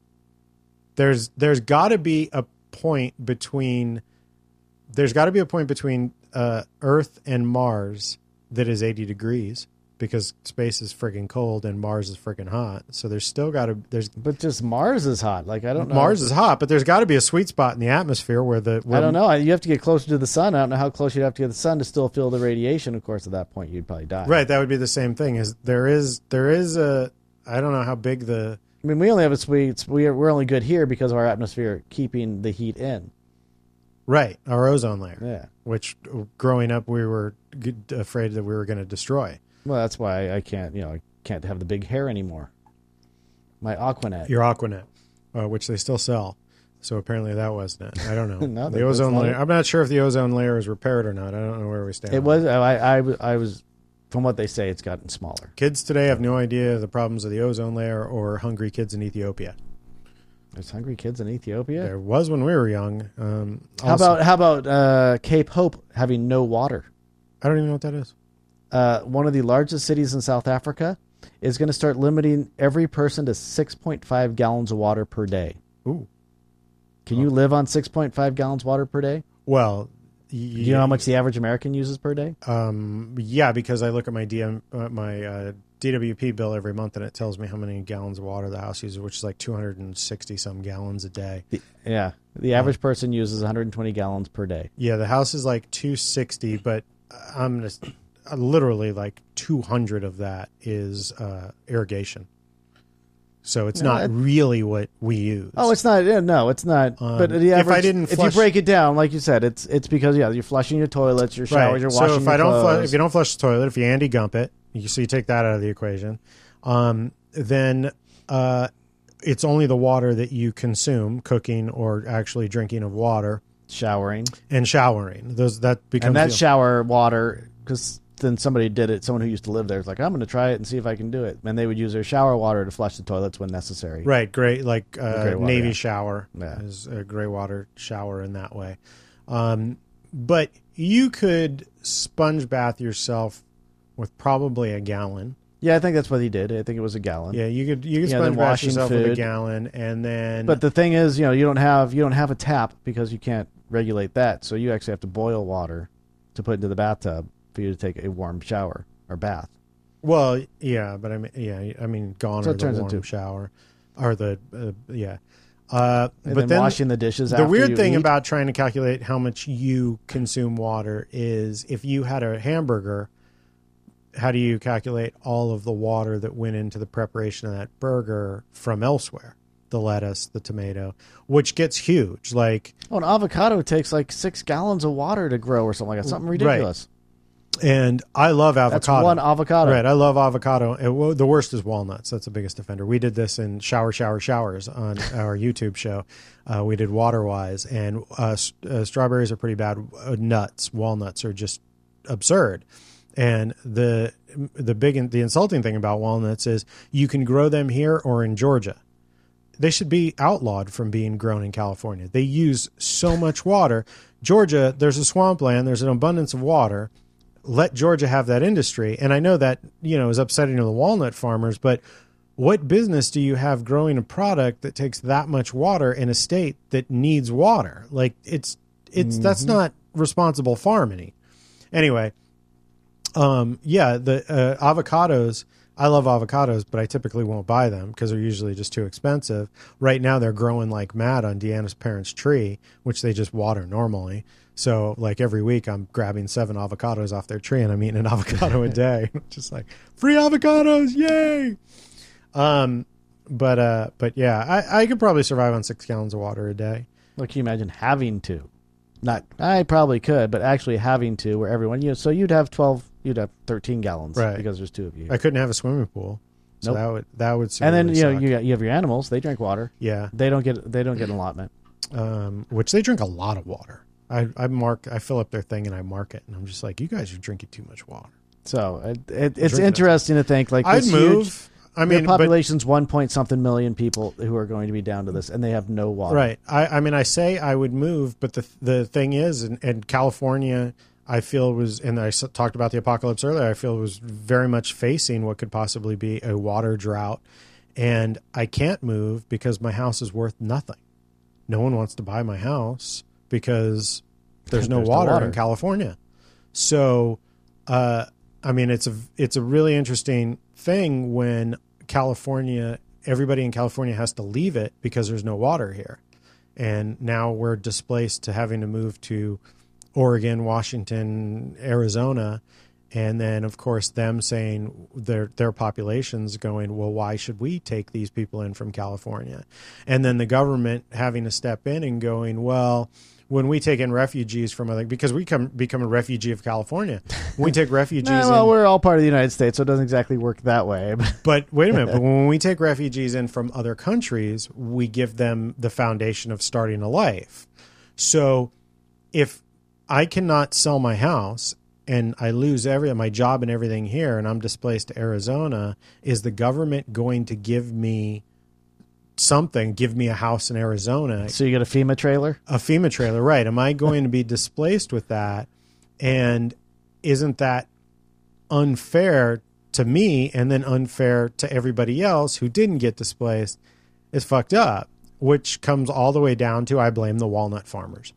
S1: There's there's got to be a point between there's got to be a point between uh, Earth and Mars that is 80 degrees because space is freaking cold and Mars is freaking hot. So there's still got to there's
S2: But just Mars is hot. Like I don't know.
S1: Mars is hot, but there's got to be a sweet spot in the atmosphere where the where
S2: I don't know. You have to get closer to the sun. I don't know how close you'd have to get to the sun to still feel the radiation. Of course, at that point, you'd probably die.
S1: Right, that would be the same thing. Is there is there is a I don't know how big the
S2: I mean, we only have a sweet. We are, we're only good here because of our atmosphere keeping the heat in.
S1: right our ozone layer,
S2: Yeah.
S1: which growing up we were g- afraid that we were going to destroy.
S2: Well, that's why I can't. You know, I can't have the big hair anymore. My Aquanet.
S1: your Aquanet, uh, which they still sell. So apparently that wasn't it. I don't know.
S2: No, that-
S1: the
S2: that's
S1: ozone
S2: not
S1: layer.
S2: it.
S1: I'm not sure if the ozone layer is repaired or not. I don't know where we stand.
S2: it
S1: on
S2: was. I, I. was- I was. From what they say, it's gotten smaller.
S1: Kids today have no idea the problems of the ozone layer or hungry kids in Ethiopia.
S2: There's hungry kids in Ethiopia.
S1: There was when we were young. Um,
S2: How
S1: also-
S2: about how about uh, Cape Hope having no water?
S1: I don't even know what that is.
S2: Uh, one of the largest cities in South Africa is going to start limiting every person to 6.5 gallons of water per day.
S1: Ooh.
S2: Can
S1: Oh.
S2: you live on 6.5 gallons water per day?
S1: Well,
S2: Do you know how much the average American uses per day?
S1: Um, yeah, because I look at my DM, uh, my uh, DWP bill every month, and it tells me how many gallons of water the house uses, which is like 260 some gallons a day.
S2: The- yeah, the average person uses 120 gallons per day.
S1: Yeah, the house is like 260, but I'm just uh, literally like 200 of that is uh, irrigation. So it's
S2: No,
S1: not
S2: that-
S1: really what we use.
S2: Oh, it's not. yeah, No, it's not.
S1: Um,
S2: but the
S1: if I
S2: average,
S1: didn't
S2: if you
S1: flush-
S2: break it down, like you said, it's it's because yeah, you're flushing your toilets, your showers, you're washing
S1: So if
S2: your
S1: I don't flush,
S2: clothes.
S1: if you don't flush the toilet, if you Andy Gump it, you, so you take that out of the equation, um, then uh, it's only the water that you consume, cooking or actually drinking of water
S2: showering,
S1: and showering. Those that becomes
S2: and that
S1: the-
S2: shower water because then somebody did it someone who used to live there was like i'm going to try it and see if i can do it and they would use their shower water to flush the toilets when necessary
S1: Right, great like uh,
S2: Gray water,
S1: navy
S2: yeah.
S1: shower
S2: Yeah.
S1: is a gray water shower in that way. Um, but you could sponge bath yourself with probably a gallon.
S2: yeah i think that's what he did i think it was a gallon
S1: Yeah, you could you could
S2: Yeah, then
S1: sponge bath
S2: washing
S1: yourself with a
S2: food.
S1: gallon, and then
S2: but the thing is you know you don't have you don't have a tap because you can't regulate that so you actually have to boil water to put into the bathtub for you to take a warm shower or bath
S1: well, yeah, but I mean, yeah, I mean, gone
S2: So
S1: or
S2: it
S1: the
S2: turns
S1: warm
S2: into-
S1: shower, or the uh, yeah. Uh,
S2: and
S1: but
S2: then,
S1: then
S2: washing the dishes
S1: the
S2: after
S1: weird
S2: you
S1: thing
S2: eat.
S1: about trying to calculate how much you consume water is if you had a hamburger how do you calculate all of the water that went into the preparation of that burger from elsewhere the lettuce the tomato which gets huge like
S2: oh, an avocado takes like six gallons of water to grow or something like that something
S1: Right.
S2: ridiculous
S1: and i love
S2: that's
S1: avocado
S2: one avocado
S1: Right, I love avocado. It- well, the worst is walnuts. That's the biggest offender. We did this in shower, shower, showers on our YouTube show. Uh, we did Waterwise, and uh, s- uh, strawberries are pretty bad. Uh, nuts, walnuts are just absurd. And the the big and the insulting thing about walnuts is you can grow them here or in Georgia. They should be outlawed from being grown in California. They use so much water. Georgia, there's a swampland. There's an abundance of water let Georgia have that industry. And I know that, you know, is upsetting to the walnut farmers, but what business do you have growing a product that takes that much water in a state that needs water? Like it's it's that's not responsible farming. Anyway, um yeah, the uh, avocados I love avocados, but I typically won't buy them because they're usually just too expensive. Right now, they're growing like mad on Deanna's parents' tree, which they just water normally. So, like every week, I'm grabbing seven avocados off their tree and I'm eating an avocado a day. just like free avocados, yay! Um, but uh, but yeah, I, I could probably survive on six gallons of water a day.
S2: Like, can you imagine having to? Not, I probably could, but actually having to, where everyone, you know, so you'd have twelve, you'd have thirteen gallons,
S1: Right.
S2: Because there's two of you,
S1: I couldn't have a swimming pool, so
S2: Nope.
S1: that would that would.
S2: and then
S1: really
S2: you know
S1: suck.
S2: you got, you have your animals. They drink water.
S1: yeah,
S2: They don't get they don't get an allotment.
S1: um, which they drink a lot of water. I, I mark I fill up their thing and I mark it and I'm just like you guys are drinking too much water.
S2: So it, it, it's
S1: Drink it.
S2: interesting to think like
S1: I'd
S2: this
S1: move.
S2: Huge,
S1: I mean,
S2: the
S1: but,
S2: population's one point something million people who are going to be down to this, and they have no water.
S1: right? I, I mean, I say I would move, but the the thing is, in, in California, I feel was and I s- talked about the apocalypse earlier. I feel was very much facing what could possibly be a water drought, and I can't move because my house is worth nothing. No one wants to buy my house because there's no
S2: There's no
S1: water,
S2: water.
S1: in California. So, uh, I mean, it's a it's a really interesting thing when California, everybody in California has to leave it because there's no water here, and now we're displaced to having to move to Oregon, Washington, Arizona, and then of course them saying their their populations going, well, why should we take these people in from California? And then the government having to step in and going, well, when we take in refugees from other because we come become a refugee of California, we take refugees.
S2: No,
S1: in,
S2: well, we're all part of the United States, so it doesn't exactly work that way. But
S1: but wait a minute. but when we take refugees in from other countries, we give them the foundation of starting a life. So if I cannot sell my house and I lose every my job and everything here, and I'm displaced to Arizona, is the government going to give me something? Give me a house in Arizona?
S2: so you get a FEMA trailer.
S1: a FEMA trailer, right? Am I going to be displaced with that? And isn't that unfair to me and then unfair to everybody else who didn't get displaced? It's fucked up, which comes all the way down to I blame the walnut farmers.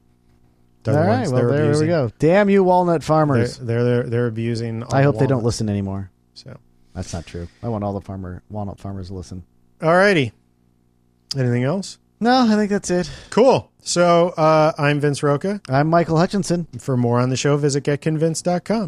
S1: They're
S2: All
S1: the
S2: right,
S1: ones-
S2: well
S1: they're
S2: there we
S1: abusing-
S2: go. Damn you, walnut
S1: They're,
S2: farmers!
S1: they're, they're, they're abusing. all
S2: I
S1: the
S2: hope they don't
S1: walnut,
S2: listen anymore.
S1: So,
S2: That's not true. I want all the farmer walnut farmers to listen.
S1: all righty. Anything else?
S2: No, I think that's it.
S1: Cool. So uh, I'm Vince Roca.
S2: I'm Michael Hutchinson.
S1: For more on the show, visit getconvinced.com.